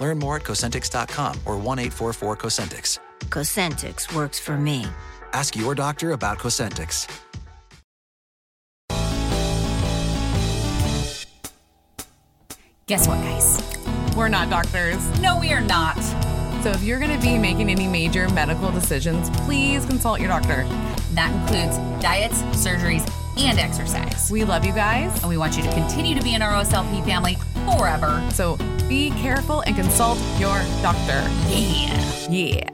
Learn more at Cosentix.com or 1 844 Cosentix. Cosentix works for me. Ask your doctor about Cosentix. Guess what, guys? We're not doctors. No, we are not. So if you're going to be making any major medical decisions, please consult your doctor. That includes diets, surgeries, and exercise. We love you guys. And we want you to continue to be in our OSLP family forever. So be careful and consult your doctor. Yeah. Yeah.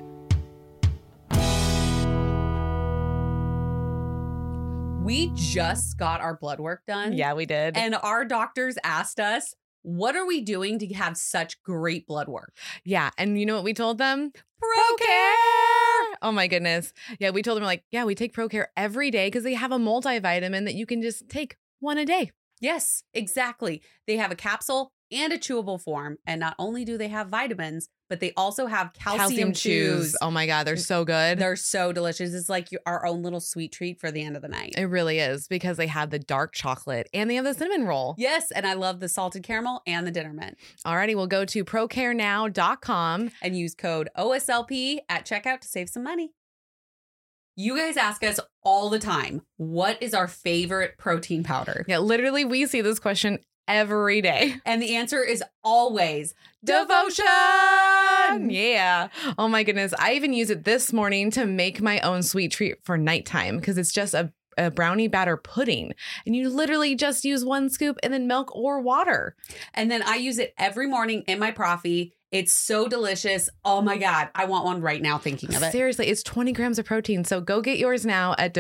We just got our blood work done. Yeah, we did. And our doctors asked us, what are we doing to have such great blood work? Yeah. And you know what we told them? Procare. Oh my goodness. Yeah, we told them like, yeah, we take Procare every day because they have a multivitamin that you can just take one a day. Yes, exactly. They have a capsule and a chewable form. And not only do they have vitamins, but they also have calcium, calcium chews. chews. Oh my God, they're so good. They're so delicious. It's like our own little sweet treat for the end of the night. It really is because they have the dark chocolate and they have the cinnamon roll. Yes, and I love the salted caramel and the dinner mint. Alrighty, we'll go to procarenow.com and use code OSLP at checkout to save some money. You guys ask us all the time, what is our favorite protein powder? Yeah, literally, we see this question every day. And the answer is always devotion. Yeah. Oh my goodness. I even use it this morning to make my own sweet treat for nighttime because it's just a, a brownie batter pudding. And you literally just use one scoop and then milk or water. And then I use it every morning in my coffee. It's so delicious. Oh my God. I want one right now thinking of it. Seriously, it's 20 grams of protein. So go get yours now at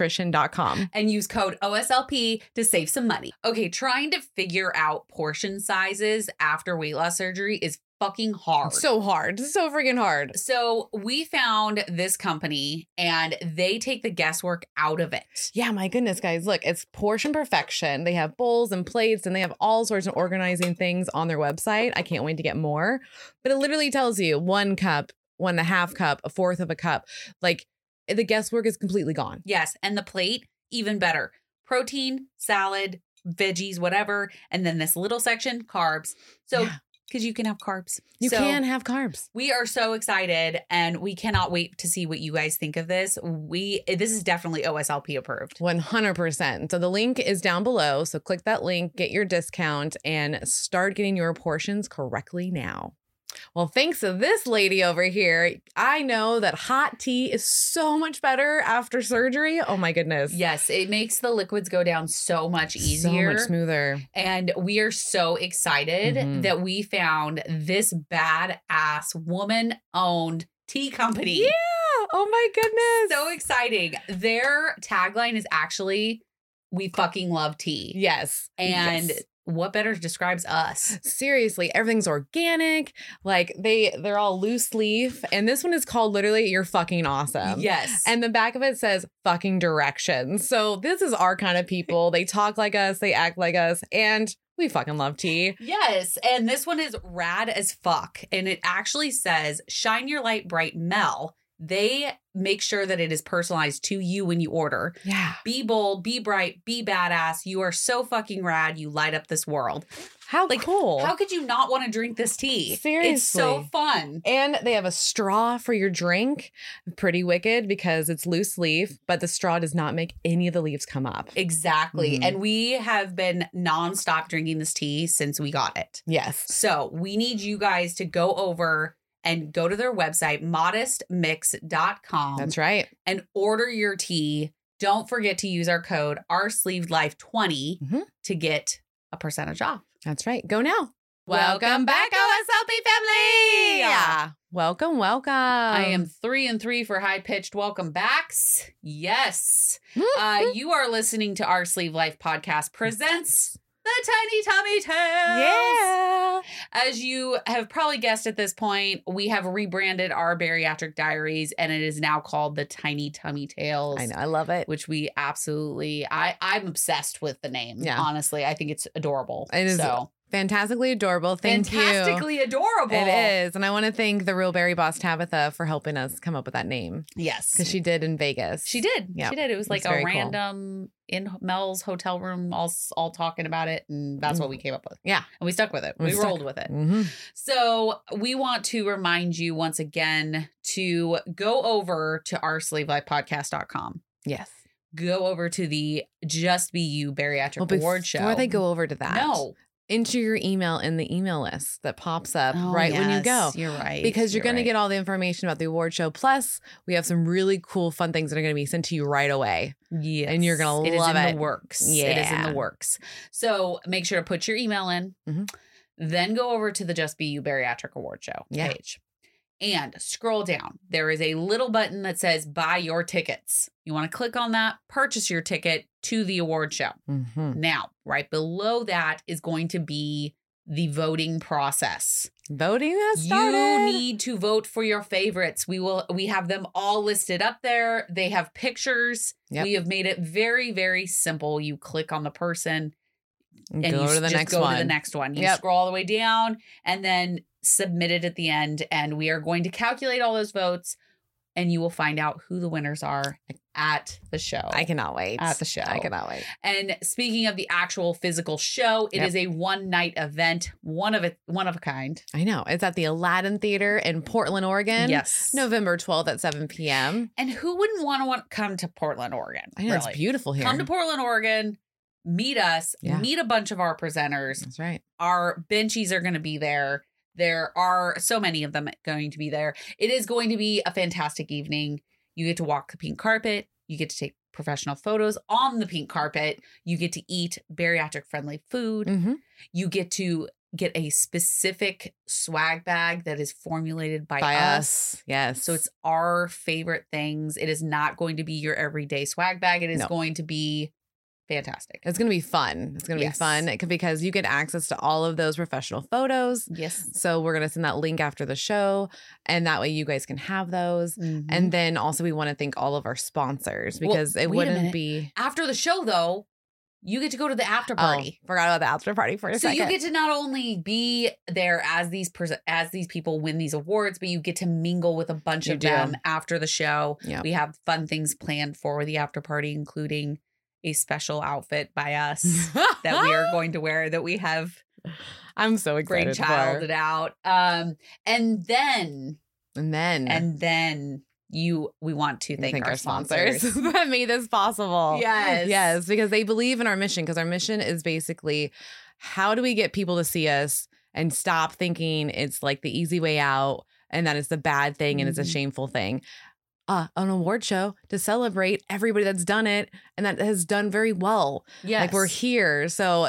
devotionnutrition.com and use code OSLP to save some money. Okay, trying to figure out portion sizes after weight loss surgery is fucking hard. So hard. So freaking hard. So we found this company and they take the guesswork out of it. Yeah, my goodness, guys. Look, it's portion perfection. They have bowls and plates and they have all sorts of organizing things on their website. I can't wait to get more. But it literally tells you one cup, one and a half cup, a fourth of a cup. Like eh, the guesswork is completely gone. Yes. And the plate, even better. Protein, salad, veggies, whatever. And then this little section, carbs. So yeah because you can have carbs. You so can have carbs. We are so excited and we cannot wait to see what you guys think of this. We eh, this is definitely OSLP approved. 100%. So the link is down below, so click that link, get your discount and start getting your portions correctly now. Well, thanks to this lady over here, I know that hot tea is so much better after surgery. Oh my goodness. Yes, it makes the liquids go down so much easier. So much smoother. And we are so excited mm-hmm. that we found this badass woman owned tea company. Yeah. Oh my goodness. So exciting. Their tagline is actually, we fucking love tea. Yes. And yes what better describes us seriously everything's organic like they they're all loose leaf and this one is called literally you're fucking awesome yes and the back of it says fucking directions so this is our kind of people they talk like us they act like us and we fucking love tea. Yes. And this one is rad as fuck. And it actually says, Shine Your Light Bright Mel they make sure that it is personalized to you when you order. Yeah. Be bold, be bright, be badass. You are so fucking rad. You light up this world. How like, cool. How could you not want to drink this tea? Seriously. It's so fun. And they have a straw for your drink. Pretty wicked because it's loose leaf, but the straw does not make any of the leaves come up. Exactly. Mm-hmm. And we have been nonstop drinking this tea since we got it. Yes. So we need you guys to go over and go to their website, modestmix.com. That's right. And order your tea. Don't forget to use our code E rsleevedlife20 mm-hmm. to get a percentage off. That's right. Go now. Welcome back, OSLP family. uh, Um, Yeah. Welcome, welcome. I am three and three for high pitched welcome backs. Yes. Uh, you are listening to our Sleeve Life E podcast presents the Tiny Tommy Tales. Yeah. As you have probably guessed at this point, we have rebranded our bariatric diaries and it is now called the Tiny Tummy Tales. I know. I love it. Which we absolutely I I'm obsessed with the name. Yeah. Honestly, I think it's adorable. It is so Fantastically adorable. Thank you. fantastically adorable. It is. And I want to thank the real Berry Boss Tabitha for helping us come up with that name Yes. because she did in Vegas. She did. Yeah. She did. It was like It's a very cool. random in Mel's hotel room, all all talking about it, and that's what we came up with. Mm-hmm. Yeah. and we stuck with it. We We, stuck. rolled with it. Mhm. So we want to remind you once again to go over to our sleevelifepodcast.com. Yes. Go over to the Just Be You Bariatric Well, Award Show. Before they go over to that, no, enter your email in the email list that pops up Oh, right when you go. yes, You're right. Because you're, going to right. get all the information about the award show. Plus, we have some really cool, fun things that are going to be sent to you right away. Yes. And you're gonna It is love in it. the works. It is in Yeah. the works. So make sure to put your email in, Mhm. then go over to the Just Be You Bariatric Award Show Yeah. page. And scroll down. There is a little button that says buy your tickets. You want to click on that, purchase your ticket to the award show. Mm-hmm. Now, right below that is going to be the voting process. Voting has started. You need to vote for your favorites. We will we have them all listed up there. They have pictures. Yep. We have made it very very simple. You click on the person And and go you to the just next go one. to the next one. You Yep. scroll all the way down and then submit it at the end and we are going to calculate all those votes and you will find out who the winners are at the show. I cannot wait. At the show. I cannot wait. And speaking of the actual physical show, it Yep. is a one night event, one of a one of a kind. I know. It's at the Aladdin Theater in Portland, Oregon. yes. November 12th at 7 p.m. And who wouldn't want to want to come to Portland, Oregon? I know really? it's beautiful here. Come to Portland, Oregon, meet us, Yeah. Mm. meet a bunch of our presenters. That's right. Our benchies are going to be there. There are so many of them going to be there. It is going to be a fantastic evening. You get to walk the pink carpet. You get to take professional photos on the pink carpet. You get to eat bariatric friendly food Mm-hmm. you get to get a specific swag bag that is formulated by, By us. us. Yes. So it's our favorite things. It is not going to be your everyday swag bag. It is No. going to be fantastic. it's going to be fun. It's going to Yes. be fun It could- because you get access to all of those professional photos. Yes. So we're going to send that link after the show, and that way you guys can have those. And then also we want to thank all of our sponsors Mm-hmm. Well, because wait a it minute. wouldn't be. after the show though, you get to go to the after Oh, party. forgot about the after party for a so second. you get to not only be there as these pres as these people win these awards, but you get to mingle with a bunch You of do. them after the show. Yep. We have fun things planned for the after party, including a special outfit by us. that we are going to wear that we have I'm so excited. brainchilded For. out. Um, and then And then and then you we want to thank, our, sponsors. that made this possible. Yes. Yes, because they believe in our mission because our mission is basically how do we get people to see us and stop thinking it's like the easy way out and that it's the bad thing and it's Mhm. a shameful thing. Uh, an award show to celebrate everybody that's done it and that has done very well. yes, Like we're here. So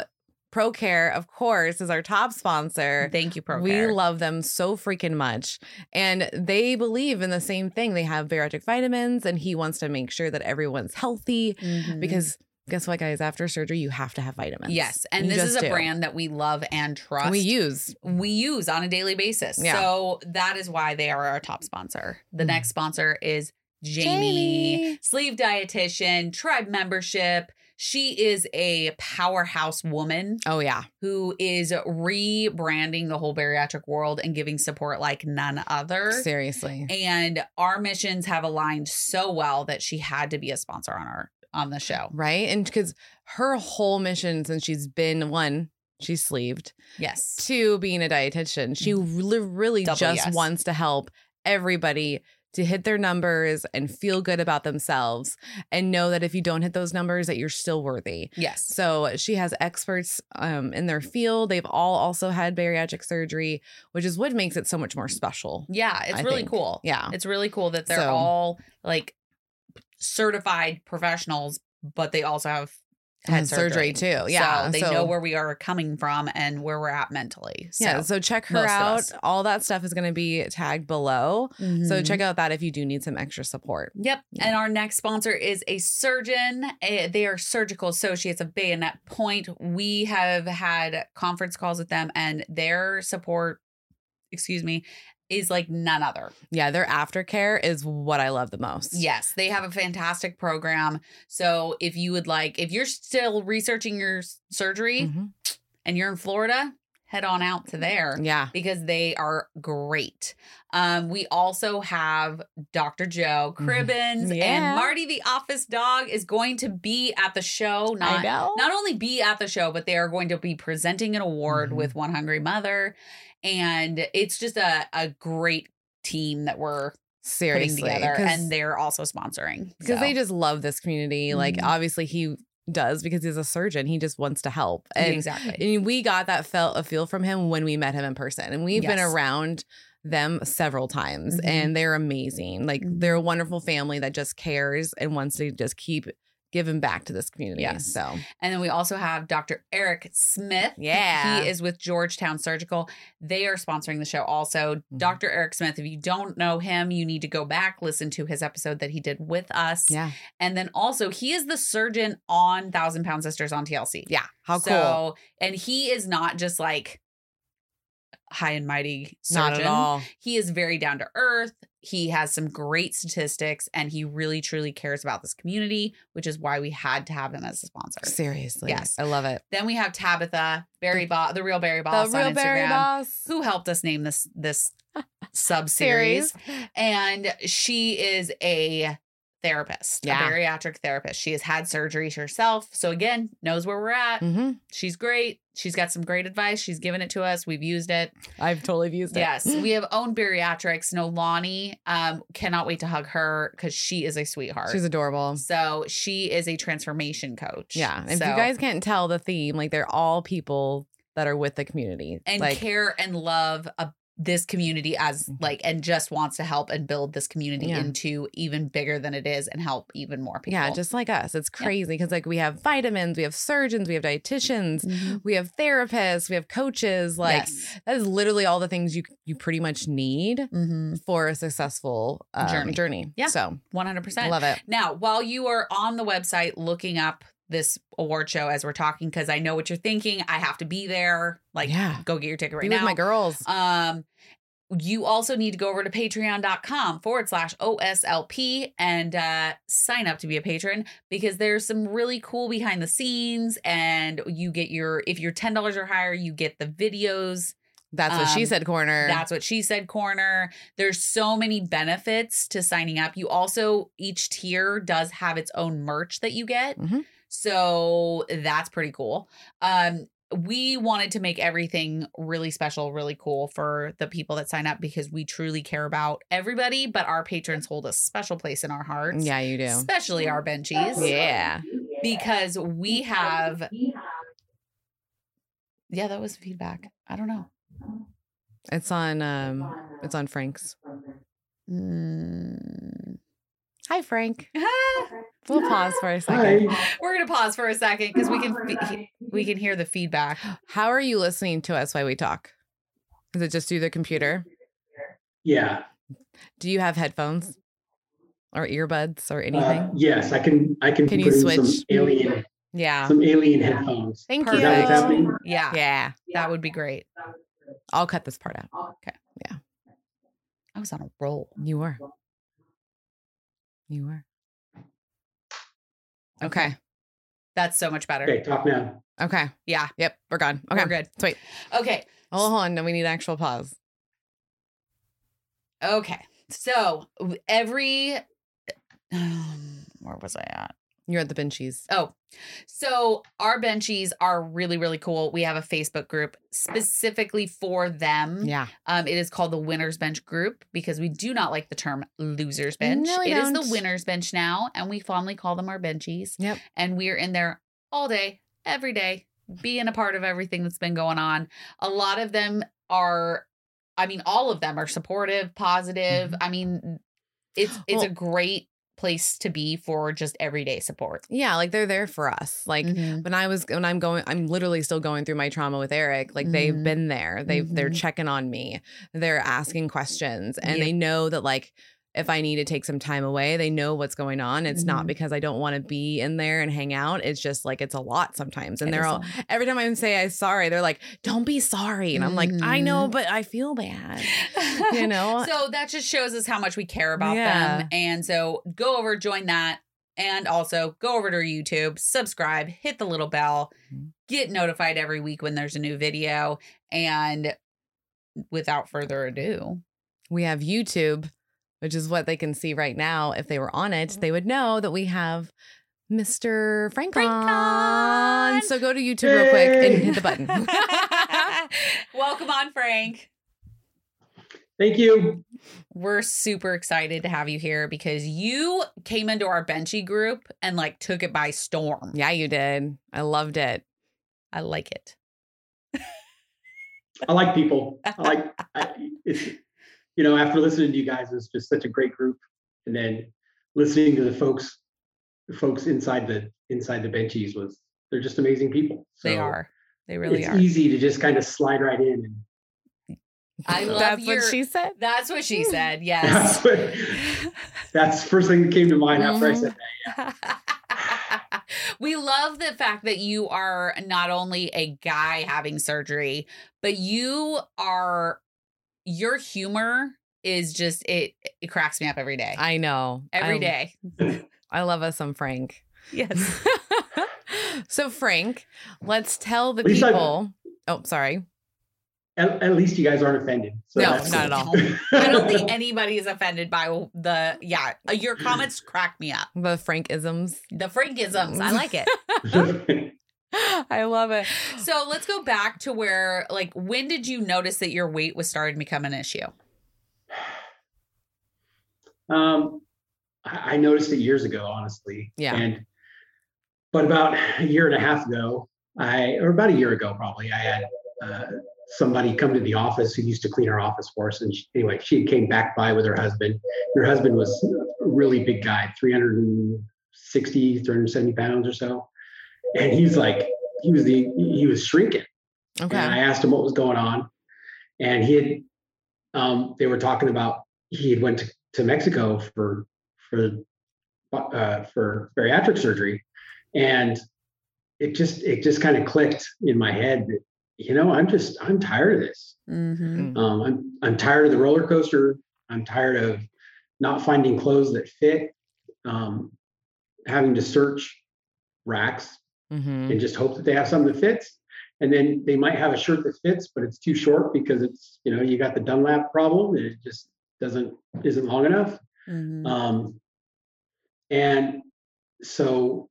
ProCare, of course, is our top sponsor. Thank you, Procare. We love them so freaking much. And they believe in the same thing. They have bariatric vitamins, and he wants to make sure that everyone's healthy Mhm. because guess what, guys? After surgery, you have to have vitamins. yes, and You this just is a do. brand that we love and trust. we use. we use on a daily basis. Yeah. So that is why they are our top sponsor. The Mhm. next sponsor is Jamie, Jamie. sleeve dietitian, tribe membership. She is a powerhouse woman. Oh, yeah. who is rebranding the whole bariatric world and giving support like none other. Seriously. And our missions have aligned so well that she had to be a sponsor on our on the show. Right. And because her whole mission since she's been one, she's sleeved, Yes. two, being a dietitian, she li- really Mm-hmm. Double just yes. wants to help everybody to hit their numbers and feel good about themselves and know that if you don't hit those numbers that you're still worthy. Yes. So she has experts um, in their field. They've all also had bariatric surgery, which is what makes it so much more special. Yeah, it's I really think. cool. Yeah. It's really cool that they're So- all like certified professionals, but they also have had And surgery too. Yeah, So they so- know where we are coming from and where we're at mentally. So, yeah, so check her most of out. us. All that stuff is going to be tagged below. So Mhm. check out that if you do need some extra support. Yep. Yeah. And our next sponsor is a surgeon. Eh, They are Surgical Associates of Bayonet Point. We have had conference calls with them, and their support, excuse me, is like none other. Yeah, their aftercare is what I love the most. Yes, they have a fantastic program. So if you would like, if you're still researching your s- surgery Mhm. and you're in Florida, head on out to there. Yeah. because they are great. Um, we also have Dr. Joe Mhm. Cribbins Yeah. and Marty the office dog is going to be at the show. I Not know. not only be at the show, but they are going to be presenting an award Mhm. with One Hungry Mother. And it's just a, a great team that we're putting Seriously. together. 'cause- And they're also sponsoring. because So they just love this community. Like Mhm. obviously he does because he's a surgeon. He just wants to help. And, exactly. and we got that felt a feel from him when we met him in person. And we've been Yes. around them several times Mhm. and they're amazing. Like Mhm. they're a wonderful family that just cares and wants to just keep giving back to this community. Yes. So And then we also have Dr. Eric Smith. Yeah. He is with Georgetown Surgical. They are sponsoring the show also. Mhm. Dr. Eric Smith, if you don't know him, you need to go back, listen to his episode that he did with us. yeah. And then also, he is the surgeon on Thousand Pound Sisters on TLC. Yeah. How cool. So, and he is not just like high and mighty surgeon. Not at all. He is very down to earth. He has some great statistics and he really truly cares about this community, which is why we had to have him as a sponsor. Seriously. Yes. I love it. Then we have Tabitha Barry Boss, the real Barry Boss the on real Instagram, Barry Boss. who helped us name this this sub series, and she is a therapist, Yeah. a bariatric therapist. She has had surgery herself, so again knows where we're at. hmm She's great. She's got some great advice. She's given it to us. We've used it. I've totally used it. Yes, we have owned bariatrics. Nolani, um, cannot wait to hug her because she is a sweetheart. She's adorable. so she is a transformation coach. Yeah. If So- you guys can't tell the theme, like they're all people that are with the community. and like, care and love uh, this community as Mhm. like and just wants to help and build this community Yeah. into even bigger than it is and help even more people. yeah, just like us. It's Yeah. crazy because like we have vitamins, we have surgeons, we have dietitians, we have therapists, we have coaches. Like that is literally all the things you you pretty much need hmm for a successful um, Journey. journey. Yeah. So 100%. I love it. Now, while you are on the website looking up this award show as we're talking cuz I know what you're thinking, I have to be there. Like Yeah. go get your ticket right Be now. with my girls. Um, you also need to go over to patreon.com forward slash OSLP and uh, sign up to be a patron because there's some really cool behind the scenes. And you get your, if you're $10 or higher, you get the videos. That's what she um, said. Corner. That's what she said, corner. There's so many benefits to signing up. You also, each tier does have its own merch that you get. Mhm. So that's pretty cool. Um, we wanted to make everything really special, really cool for the people that sign up because we truly care about everybody, but our patrons hold a special place in our hearts. yeah, you do. Especially our benchies. Yeah. Because we have Yeah, that was feedback. I don't know. It's on um it's on Frank's. Mm. Hi Frank. Ah! We'll pause for a second. We're gonna pause for a second because we can fe- we can hear the feedback. How are you listening to us while we talk? Is it just through the computer? Yeah. uh, Do you have headphones or earbuds or uh, anything? yes, I can. I can, Can you put in some switch? alien, yeah. some alien headphones. Thank Is that what's you. happening? Yeah, Yeah. that would be great. I'll cut this part out. I was on a roll. You were. You were. Okay. That's so much better. Okay, talk now. Okay. Yeah, Yep. We're gone. Okay. we're good. Sweet. Okay, Hold hold on. No, we need actual pause. okay. So w- every um, where was I at? You're at the benchies. Oh, so our benchies are really really cool. We have a Facebook group specifically for them. Yeah. Um, it is called the Winners Bench Group because we do not like the term Losers Bench. No, we It is don't. the Winners Bench now, and we fondly call them our benchies. Yep. And we are in there all day, every day, being a part of everything that's been going on. A lot of them are, I mean, all of them are supportive, positive. I mean, it's it's a Mm-hmm. Well- great place to be for just everyday support. Yeah, like they're there for us. Like when I was when I'm going I'm literally still going through my trauma with Eric. Like they've Mhm. been there. They've they're Mhm. checking on me. They're asking questions and Yeah. they know that like if I need to take some time away, they know what's going on. It's not Mhm. because I don't want to be in there and hang out. It's just like it's a lot sometimes. And It they're is all every time I say I'm sorry, they're like, "Don't be sorry." And I'm like, "I know, Mhm. but I feel bad." all- You know? So that just shows us how much we care about Yeah. them. And so go over, join that. And also go over to our YouTube, subscribe, hit the little bell, Mm-hmm. get notified every week when there's a new video. And without further ado, we have YouTube, which is what they can see right now. If they were on it, Mm-hmm. they would know that we have Mr. Frankon. Frankon! So go to YouTube real quick and Yay! hit the button. welcome on, Frank. Thank you. We're super excited to have you here because you came into our benchy group and like took it by storm. yeah, you did. I loved it. I like it. I like people. I like, I, it's, you know, after listening to you guys, it's just such a great group. And then listening to the folks, the folks inside the, inside the benchies was, they're just amazing people. They So are. They really it's are. easy to just kind of slide right in. And I love That's your- what she said. That's what she said. that's Yes. Mm-hmm. what, that's the first thing that came to mind after I Mhm. said that. we love the fact that you are not only a guy having surgery, but you are your humor is just it it cracks me up every day. I um, know. Every I, day. I love us some Frank. Yes. so Frank, let's tell the Lisa- people. Oh, sorry. At, at least you guys aren't offended. So No, that's not at good. all. I don't think anybody is offended by the yeah. uh, Your comments crack me up. The Frankisms. The Frankisms, I like it. I love it. So let's go back to where like when did you notice that your weight was starting to become an issue? Um, I, I noticed it years ago, honestly. Yeah. And but about a year and a half ago, I or about a year ago probably, I had uh, somebody come to the office who used to clean our office for us. And she, anyway, she came back by with her husband. Her husband was a really big guy, 360, 370 pounds or so, and he's like he was the he was shrinking. And Okay. I asked him what was going on, and he had. Um, they were talking about he had went to, to Mexico for for uh, for bariatric surgery, and it just it just kind of clicked in my head that you know I'm just I'm tired of this. Mm-hmm. Um, I'm I'm tired of the roller coaster. I'm tired of not finding clothes that fit, um, having to search racks Mm-hmm. and just hope that they have something that fits. And then they might have a shirt that fits, but it's too short because it's you know you got the Dunlap problem and it just doesn't isn't long enough. Mm-hmm. Mm. Um, and so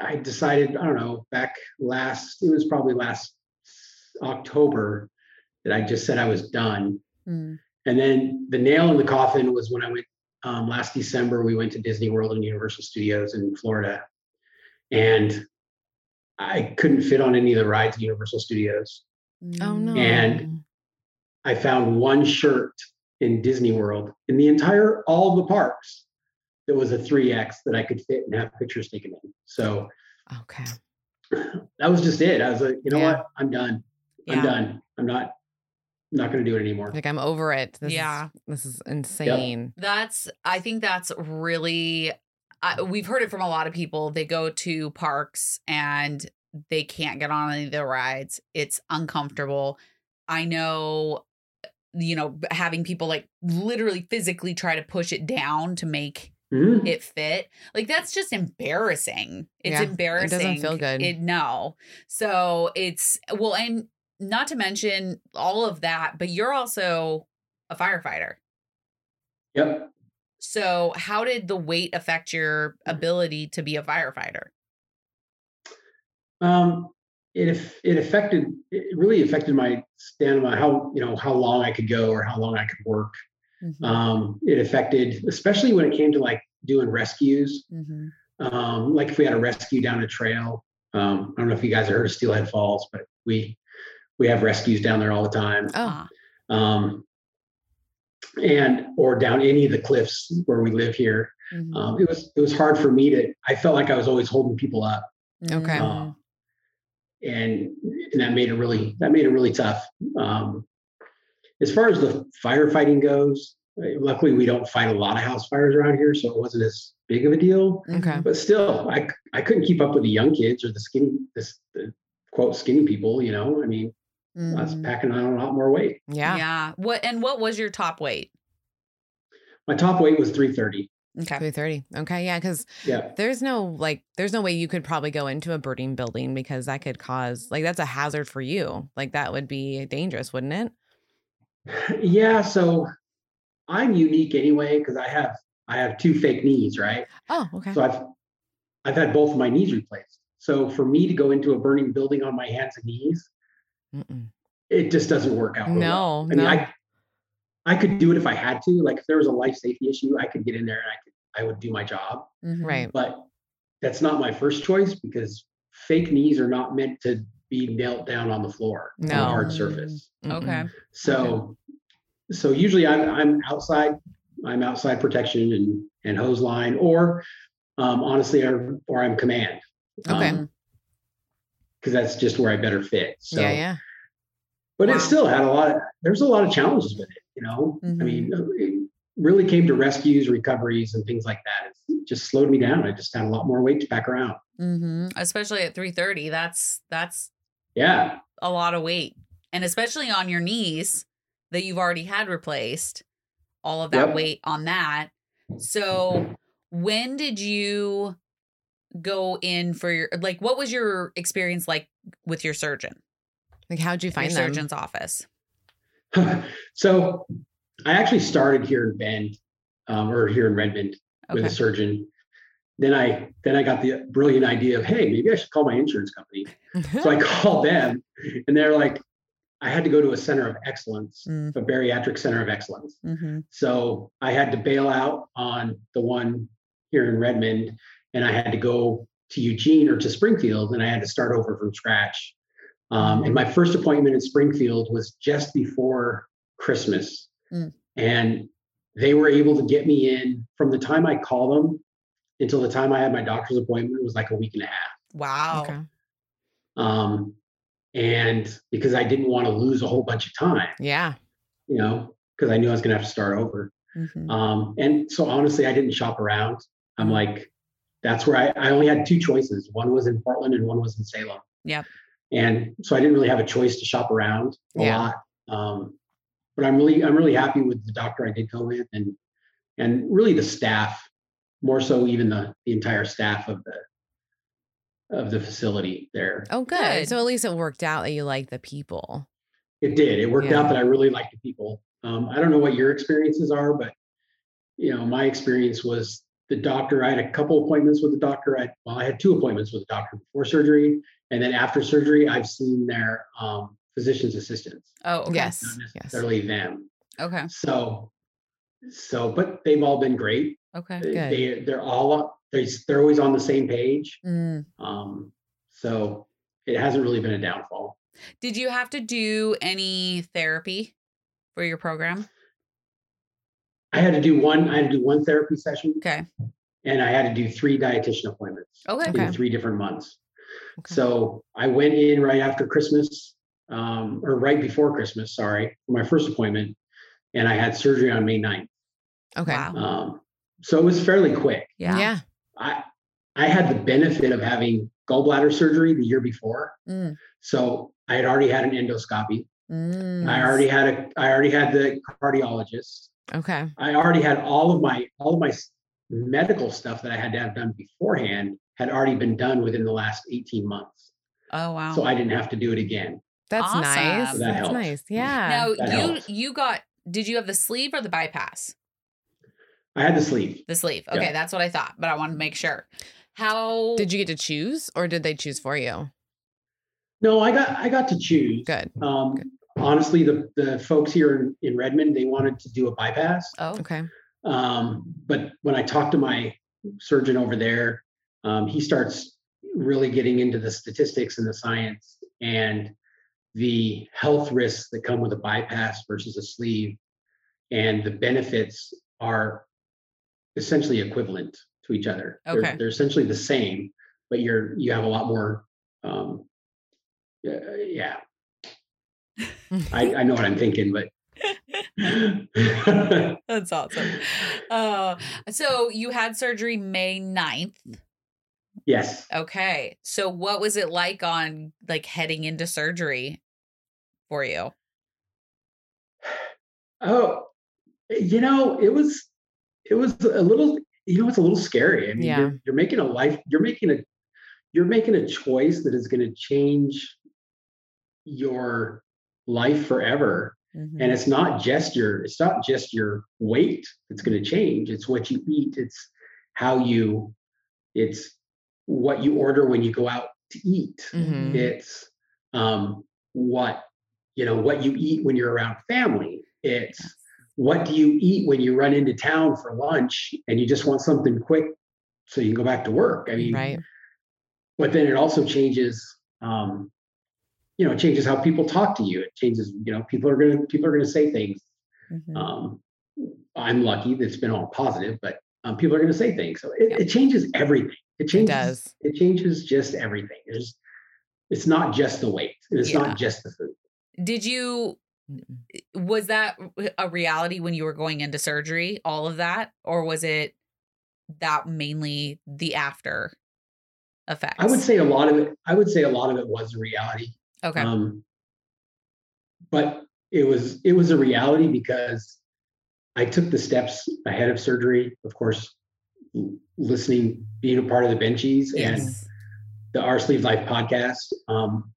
I decided I don't know back last it was probably last October that I just said I was done. Mm-hmm. And then the nail in the coffin was when I went um, last December. We went to Disney World and Universal Studios in Florida, and I couldn't fit on any of the rides at Universal Studios. Mm. Oh no. And- I found one shirt in Disney World in the entire all the parks that was a 3X that I could fit and have pictures taken in. So Okay. that was just it. I was like, you know Yeah. what? I'm done. Yeah. I'm done. I'm not I'm not gonna do it anymore. Like I'm over it. This Yeah. Is, this is insane. That's I think that's really I we've heard it from a lot of people. They go to parks and they can't get on any of the rides. It's uncomfortable. I know you know having people like literally physically try to push it down to make Mhm. it fit. Like that's just embarrassing. It's Mm. Yeah, it doesn't embarrassing. feel good. It no. So it's well, and not to mention all of that, but you're also a firefighter. Yep. So how did the weight affect your ability to be a firefighter? Um it aff- it affected it really affected my stamina, how you know, how long I could go or how long I could work. Mm-hmm. Um, it affected, especially when it came to like doing rescues. Mm-hmm. um, like if we had a rescue down a trail. Um, I don't know if you guys have heard of Steelhead Falls, but we we have rescues down there all the time, Oh. um, and or down any of the cliffs where we live here. Uh, Mhm. Um, it was it was hard for me to. I felt like I was always holding people up, Mm-hmm. Okay. uh, and and that made it really that made it really tough. Um, as far as the firefighting goes, uh, luckily we don't fight a lot of house fires around here, so it wasn't as big of a deal. Mm-hmm. Okay. But still, I c- I couldn't keep up with the young kids or the skinny this the quote skinny people. You know, I mean, Mm-hmm. I was Mhm. packing on a lot more weight. Yeah. Yeah. What and what was your top weight? My top weight was three thirty. Okay. Three thirty. Okay. Yeah. Because Yeah, there's no like there's no way you could probably go into a birding building because that could cause like that's a hazard for you. Like that would be dangerous, wouldn't it? yeah. So I'm unique anyway because I have I have two fake knees, right? Oh, okay. So I've I've had both of my knees replaced. So for me to go into a burning building on my hands and knees, Mm-mm. it just doesn't work out. real well. No, I no. mean, I I could do it if I had to. Like if there was a life safety issue, I could get in there and I could I would do my job. right. But that's not my first choice because fake knees are not meant to be knelt down on the floor on No. a hard surface. Mm-mm. Okay. So so usually I'm I'm outside, I'm outside protection and and hose line, or um, honestly, or, or I'm command. Okay. Um, because that's just where I better fit. So, yeah, yeah. but Wow. it still had a lot. Of, there's a lot of challenges with it. You know, Mhm. I mean, Mm-hmm. it really came to rescues, recoveries, and things like that. It just slowed me down. I just had a lot more weight to pack around. Mm-hmm. Especially at 330. That's that's Yeah, a lot of weight. And especially on your knees that you've already had replaced, all of that Yep. weight on that. So when did you go in for your like what was your experience like with your surgeon? Like how'd you find your them? surgeon's office. so I actually started here in Bend um, or here in Redmond with Okay. a surgeon. Then I then I got the brilliant idea of hey maybe I should call my insurance company. So I called them, and they're like, I had to go to a center of excellence, Mm. a bariatric center of excellence. Mm-hmm. So I had to bail out on the one here in Redmond, and I had to go to Eugene or to Springfield, and I had to start over from scratch. Um, and my first appointment in Springfield was just before Christmas, Mm. and they were able to get me in from the time I called them until the time I had my doctor's appointment was like a week and a half Wow. okay. um, and because I didn't want to lose a whole bunch of time, Yeah. you know, because I knew I was going to have to start over. Mhm. Um, and so honestly, I didn't shop around. I'm like, that's where I, I only had two choices. One was in Portland and one was in Salem. Yep. And so I didn't really have a choice to shop around a Yeah. lot. Um, but I'm really, I'm really happy with the doctor I did go with and, and really the staff more so even the, the entire staff of the, of the facility there. Oh, good. Good. So at least it worked out that you like the people. It did. It worked Yeah. out that I really liked the people. Um, I don't know what your experiences are, but you know, my experience was the doctor. I had a couple appointments with the doctor. I well, I had two appointments with the doctor before surgery, and then after surgery, I've seen their um, physician's assistants, Oh, okay. Yes. not Yes. necessarily them. Okay. So, so, but they've all been great. Okay. They- Good. They they're all they they're always on the same page. Mm. Um, so it hasn't really been a downfall. Did you have to do any therapy for your program? I had to do one. I had to do one therapy session. Okay. And I had to do three dietitian appointments Okay. Oh, Okay. in three different months. Okay. So I went in right after Christmas, um, or right before Christmas. Sorry, for my first appointment, and I had surgery on May 9th. Okay. Wow. Um, so it was fairly quick. Yeah. yeah. I I had the benefit of having gallbladder surgery the year before, Mm. so I had already had an endoscopy. Mm. I already had a. I already had the cardiologist. Okay. I already had all of my all of my s- medical stuff that I had to have done beforehand had already been done within the last 18 months. Oh wow. So I didn't have to do it again. That's Awesome. nice. That That's helps. nice. Yeah. now that you helps. you got did you have the sleeve or the bypass? I had to sleep. The sleeve. Okay, Yeah. that's what I thought, but I wanted to make sure. How did you get to choose or did they choose for you? No, I got I got to choose. Good. Um, honestly, the the folks here in, in Redmond they wanted to do a bypass, Oh. Okay. um, but when I talked to my surgeon over there, um, he starts really getting into the statistics and the science and the health risks that come with a bypass versus a sleeve and the benefits are essentially equivalent to each other. They're- Okay. They're, essentially the same, but you're you have a lot more. Um, yeah, yeah. I, I know what I'm thinking, but That's awesome. Uh, so you had surgery May 9th. yes, Okay. So what was it like on like heading into surgery for you? Oh, you know, it was it was a little you know it's a little scary. I mean, Yeah. you're, you're making a life you're making a you're making a choice that is going to change your life forever. Mm-hmm, And it's not just your it's not just your weight that's going to change. It's what you eat. It's how you it's what you order when you go out to eat Mhm. it's um, what you know what you eat when you're around family it's what do you eat when you run into town for lunch and you just want something quick so you can go back to work i mean Right. but then it also changes um, you know it changes how people talk to you it changes you know people are gonna people are gonna say things Mm-hmm. um, i'm lucky that it's been all positive but um, people are gonna say things so it, Yeah. it changes everything it It changes does. it changes just everything. There's, it's not just the weight. and It's Yeah. not just the food. Did you was that a reality when you were going into surgery, all of that, or was it that mainly the after effects? I would say a lot of it. I would say a lot of it was a reality. Okay. Um, but it was it was a reality because I took the steps ahead of surgery. Of course, l- listening, being a part of the benchies, and yes. the Our Sleeve Life podcast. Um,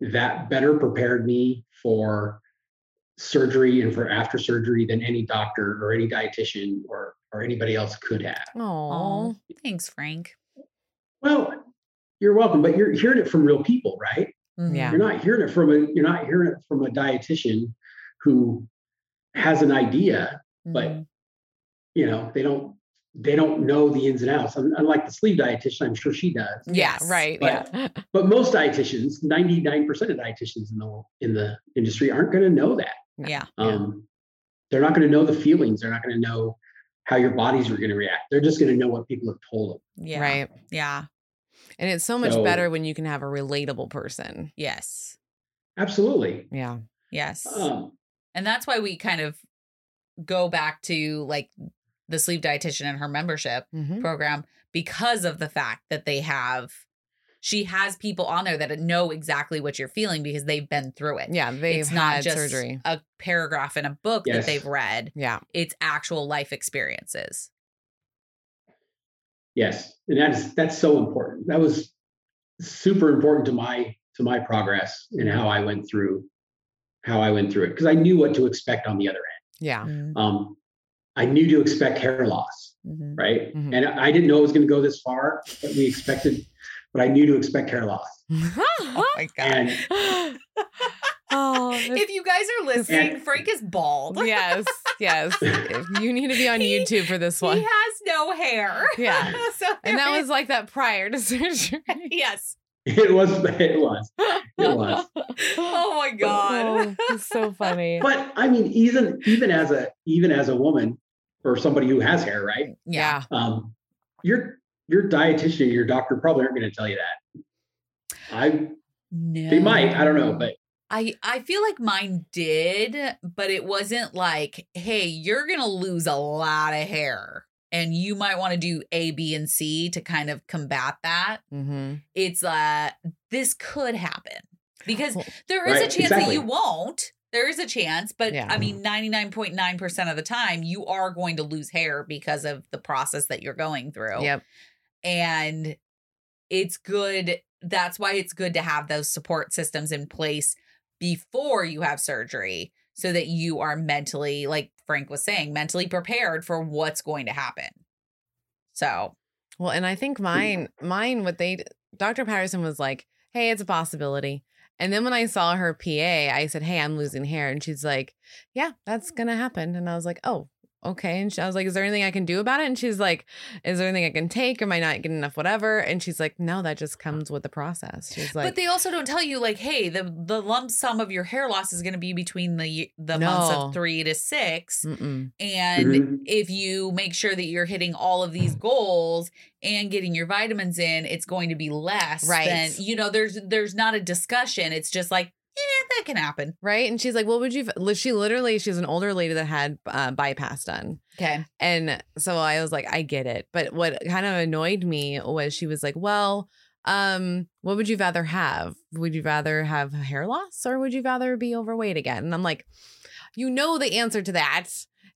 that better prepared me for surgery and for after surgery than any doctor or any dietitian or or anybody else could have. Oh. Aw, Thanks, Frank. Well, you're welcome, but you're hearing it from real people, right? Mhm. Yeah. You're not hearing it from a you're not hearing it from a dietitian who has an idea, but Mhm. you know they don't they don't know the ins and outs. Un- Unlike the sleeve dietitian, I'm sure she does. Yes. Yeah. Right. But- yeah. But most dietitians, 99% of dietitians in the in the industry aren't going to know that. Mm-hmm. Yeah. Um, They're not going to know the feelings. They're not going to know how your bodies are going to react. They're just going to know what people have told them. Yeah. Right. Yeah. And it's so much So- better when you can have a relatable person. Yes. Absolutely. Yeah. Yes. Um, And that's why we kind of go back to like the sleep dietitian and her membership Mhm. program because of the fact that they have she has people on there that know exactly what you're feeling because they've been through it. Yeah. They've it's not had just surgery. a paragraph in a book that Yes. they've read. Yeah. It's actual life experiences. Yes, and that's that's so important. That was super important to my to my progress and how I went through how I went through it because I knew what to expect on the other Yeah. end. Um, I knew to expect hair loss, Mhm. right? Mhm. And I didn't know it was going to go this far, but we expected, but I knew to expect hair loss. Oh my god. And oh, this- If you guys are listening, And- Frank is bald. yes. Yes. If you need to be on He- YouTube for this one. He has no hair. Yeah. so and there that is- was like that prior to surgery. yes. it was it was it was. Oh my god. Oh, it's so funny. But I mean, even even as a even as a woman or somebody who has hair, right? yeah. um, your your dietitian, your doctor probably aren't going to tell you that. I No. they might, I don't know, but I I feel like mine did, but it wasn't like, hey, you're going to lose a lot of hair and you might want to do A, B, and C to kind of combat that. Mm-hmm. It's uh this could happen because there is a Right, chance that exactly. you won't. There is a chance, but Yeah. I mean 99.9% of the time you are going to lose hair because of the process that you're going through. Yep. and it's good that's why it's good to have those support systems in place before you have surgery so that you are mentally like frank was saying mentally prepared for what's going to happen so Well, and I think mine, mine, what they, Dr. Patterson was like, hey, it's a possibility. And then when I saw her PA, I said, hey, I'm losing hair. And she's like, yeah, that's going to happen. And I was like, oh, okay. And she, I was like, is there anything I can do about it? And she's like, is there anything I can take? Am I not getting enough? Whatever. And she's like, no, that just comes with the process. She's like, but they also don't tell you like, hey, the the lump sum of your hair loss is going to be between the the months No. of three to six, Mm-mm. and Mm-hmm. Mhm. if you make sure that you're hitting all of these goals and getting your vitamins in, it's going to be less. Right. Than, you know, there's there's not a discussion. It's just like, yeah, that can happen. right. And she's like, what would you? f-" She literally, she's an older lady that had uh, bypass done. Okay. And so I was like, I get it. But what kind of annoyed me was she was like, Well, um, what would you rather have? Would you rather have hair loss or would you rather be overweight again? And I'm like, You know the answer to that.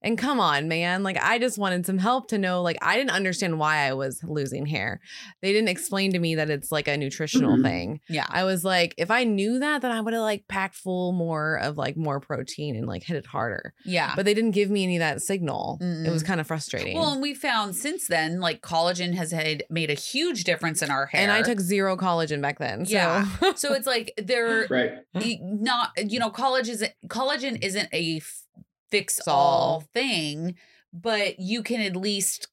And come on, man. Like, I just wanted some help to know. Like, I didn't understand why I was losing hair. They didn't explain to me that it's like a nutritional Mhm. thing. Yeah. I was like, if I knew that, then I would have like packed full more of like more protein and like hit it harder Yeah. but they didn't give me any of that signal. Ah. It was Mm-mm. kind of frustrating. Well, and we found since then, like collagen has had made a huge difference in our hair. and I took zero collagen back then. So. Yeah. so it's like there Right. y- not you know college isn't collagen isn't a fix all Solve. thing but you can at least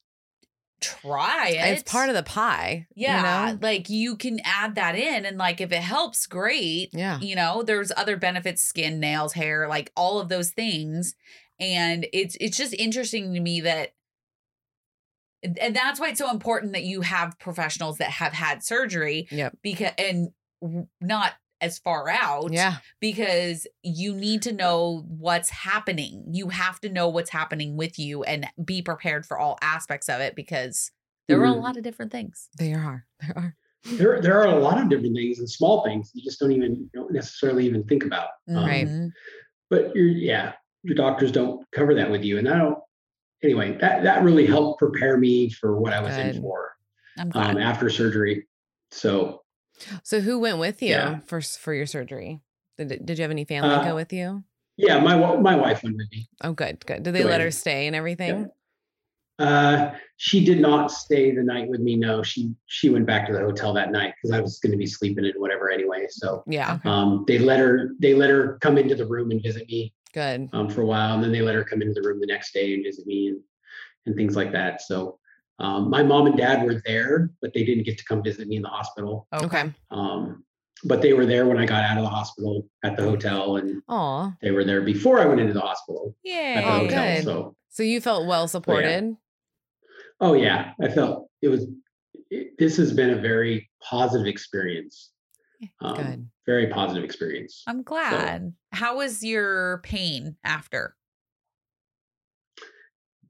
try it It's part of the pie. you yeah know? like you can add that in and like if it helps great Yeah. you know there's other benefits skin nails hair like all of those things and it's it's just interesting to me that and that's why it's so important that you have professionals that have had surgery Yep. because and w- not as far out Yeah. because you need to know what's happening. You have to know what's happening with you and be prepared for all aspects of it because there are a Mm-hmm. Mhm. lot of different things. There are. There are. There, there are a lot of different things and small things you just don't even you don't necessarily even think about. Um, Right. But you're, yeah, your doctors don't cover that with you, and I don't. Anyway, that that really helped prepare me for what I was Good. in for I'm glad. um, after surgery. So So who went with you Yeah. for s- for your surgery? Did, did you have any family Uh, go with you? yeah, my wa- my wife went with me. Oh, good, good. Did they let Joanne. her stay and everything? Uh, she did not stay the night with me. No, she she went back to the hotel that night because I was going to be sleeping in whatever anyway. So Yeah, um, they let her they let her come into the room and visit me good. um, for a while, and then they let her come into the room the next day and visit me and and things like that. So um, my mom and dad were there, but they didn't get to come visit me in the hospital. Okay. Um, but they were there when I got out of the hospital at the hotel, and Aw. they were there before I went into the hospital at the Oh, Yay. hotel. good. So So you felt well supported. Oh yeah, I felt it was. It, this has been a very positive experience. Um, Good. Very positive experience. I'm glad. How was your pain after?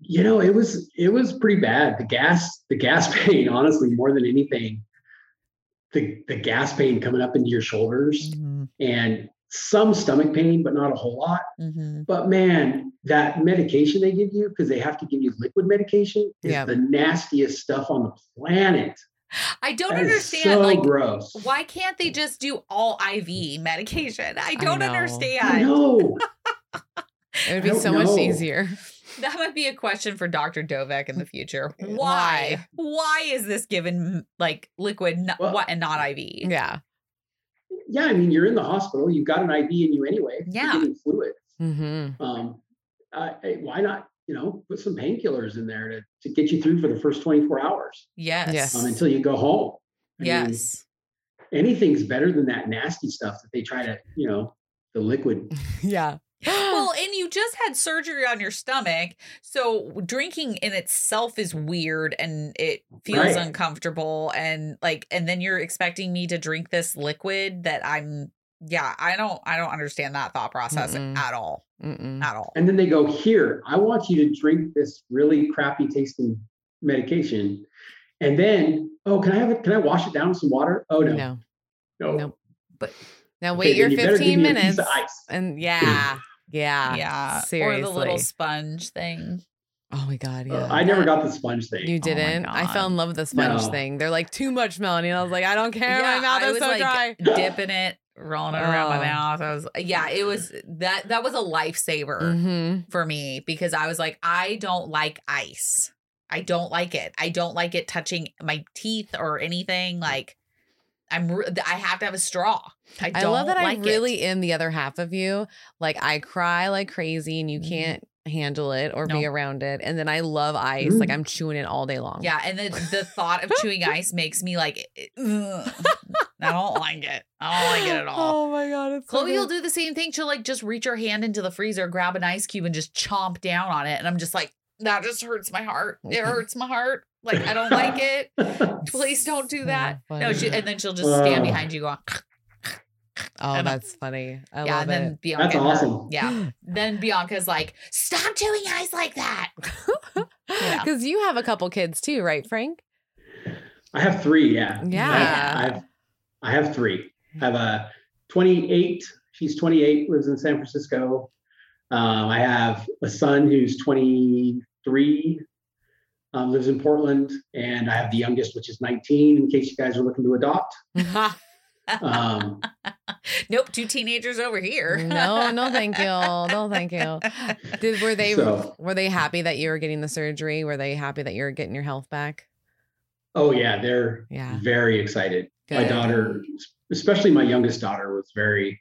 You know, it was it was pretty bad. The gas, the gas pain, honestly, more than anything, the the gas pain coming up into your Mm. shoulders and some stomach pain, but not a whole lot. Mhm. But man, that medication they give you because they have to give you liquid medication is Yeah. the nastiest stuff on the planet. I don't That is understand. so like, gross. why can't they just do all IV medication? I don't know. I understand. know. It would I be don't so know. much easier. That might be a question for Dr. Dovek in the future. Why? Why is this given like liquid n- Well- what and not IV? Yeah. yeah, I mean, you're in the hospital. You've got an IV in you anyway. Yeah. You're getting fluid. Mm-hmm. Um, I I- why not, you know, put some painkillers in there to, to get you through for the first 24 hours Yes. Yes. um, until you go home. I mean, yes. anything's better than that nasty stuff that they try to, you know, the liquid. Yeah. well, and you just had surgery on your stomach, so drinking in itself is weird and it feels Right. uncomfortable and like and then you're expecting me to drink this liquid that I'm yeah, I don't I don't understand that thought process Mm-mm. Mm. at all. Mm-mm. At all. And then they go, here, I want you to drink this really crappy tasting medication. And then, oh, can I have it? Can I wash it down with some water? Oh, no. No. No. Nope. Now Okay, wait then your you better give 15 me a piece minutes. of ice. And yeah. Yeah. yeah. Or the seriously. little sponge thing. Oh my god, yeah. Uh, I never got the sponge thing. you Oh my didn't. I fell in love with the sponge No. thing. They're like too much melanin. I was like, I don't care. Yeah, my mouth I is was so like- dry. Dipping it, rolling it around my Oh. mouth. I was yeah, it was that that was a lifesaver. Mm-hmm. for me because I was like, I don't like ice. I don't like it. I don't like it touching my teeth or anything. Mm. Like, I'm. Re- I have to have a straw. I, I don't love that like I it. really am the other half of you. Like I cry like crazy, and you Mhm. can't handle it or be No. around it. And then I love ice. Mm. Like I'm chewing it all day long. Yeah, and the the thought of chewing ice makes me like, it- ugh. I don't like it. I don't like it at all. Oh my god, it's Chloe will do the same thing. She'll like just reach her hand into the freezer, grab an ice cube, and just chomp down on it. And I'm just like, that just hurts my heart. It hurts my heart. Like I don't like it. Please don't do So that. no, funny. she, and then she'll just stand Wow. behind you, going, Oh, and- that's funny. I yeah, love and then it. Bianca. That's awesome. Yeah. Then Bianca's like, stop chewing ice like that. Yeah. Because you have a couple kids too, right, Frank? I have three. Yeah. Yeah. I have, I have three. I have a 28. She's 28, lives in San Francisco. Um, I have a son who's 23, um, lives in Portland. And I have the youngest, which is 19, in case you guys are looking to adopt. Um, Nope, two teenagers over here. no, no, thank you. No, thank you. Did were they So- were they happy that you were getting the surgery? Were they happy that you were getting your health back? oh, yeah. They're Yeah. very excited. my Good. daughter especially my youngest daughter was very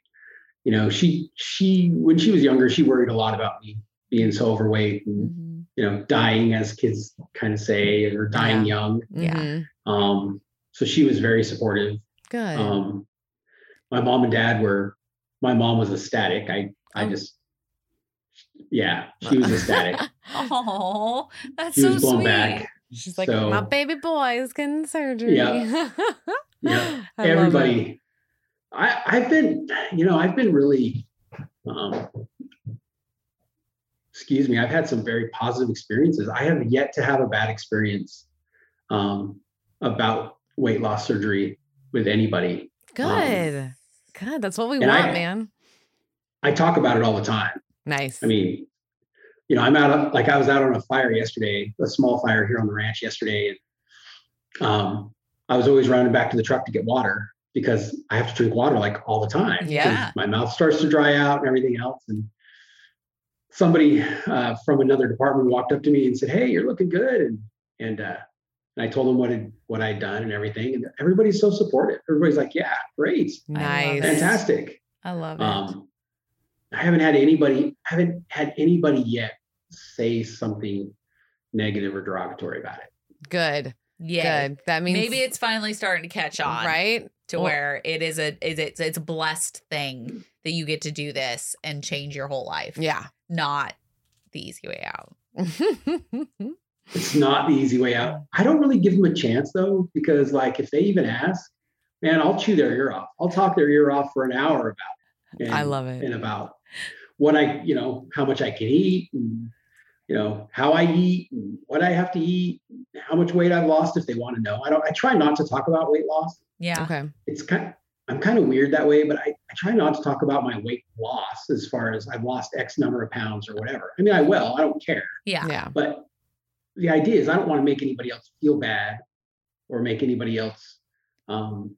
you know she she when she was younger she worried a lot about me being so overweight and Mhm. you know dying as kids kind of say or dying young Yeah. Mhm. um so she was very supportive Good. um my mom and dad were my mom was ecstatic i i just yeah she was ecstatic Oh, that's she so was blown sweet. back She's like, so- my baby boy is getting surgery. Yeah. Yeah. I love it. everybody um, I, I've been, you know, I've been really um excuse me, I've had some very positive experiences. I have yet to have a bad experience um about weight loss surgery with anybody. Good. Good. That's what we and want, I- man. I talk about it all the time. Nice. I mean, you know, I'm out on- like I was out on a fire yesterday, a small fire here on the ranch yesterday, and um, I was always running back to the truck to get water because I have to drink water like all the time. 'cause Yeah. my mouth starts to dry out and everything else. And somebody uh, from another department walked up to me and said, "Hey, you're looking good," and and uh, and I told them what had, what I'd done and everything, and everybody's so supportive. Everybody's like, "Yeah, great, nice. it. fantastic." I love it. Um, I haven't had anybody, I haven't had anybody yet say something negative or derogatory about it. Good. yeah. Good. That means Maybe it's finally starting to catch on, right. To Well- where it is a is it's it's a blessed thing that you get to do this and change your whole life. Yeah. Not the easy way out. It's not the easy way out. I don't really give them a chance though, because like if they even ask, man, I'll chew their ear off. I'll talk their ear off for an hour about. I love it. And about what I, you know, how much I can eat, and you know, how I eat, and what I have to eat, how much weight I've lost. If they want to know, I don't. I try not to talk about weight loss. Yeah. okay. it's kind I'm kind of weird that way, but I, I try not to talk about my weight loss as far as I've lost X number of pounds or whatever. I mean, I will, I don't care. Yeah. Yeah. But the idea is I don't want to make anybody else feel bad or make anybody else um,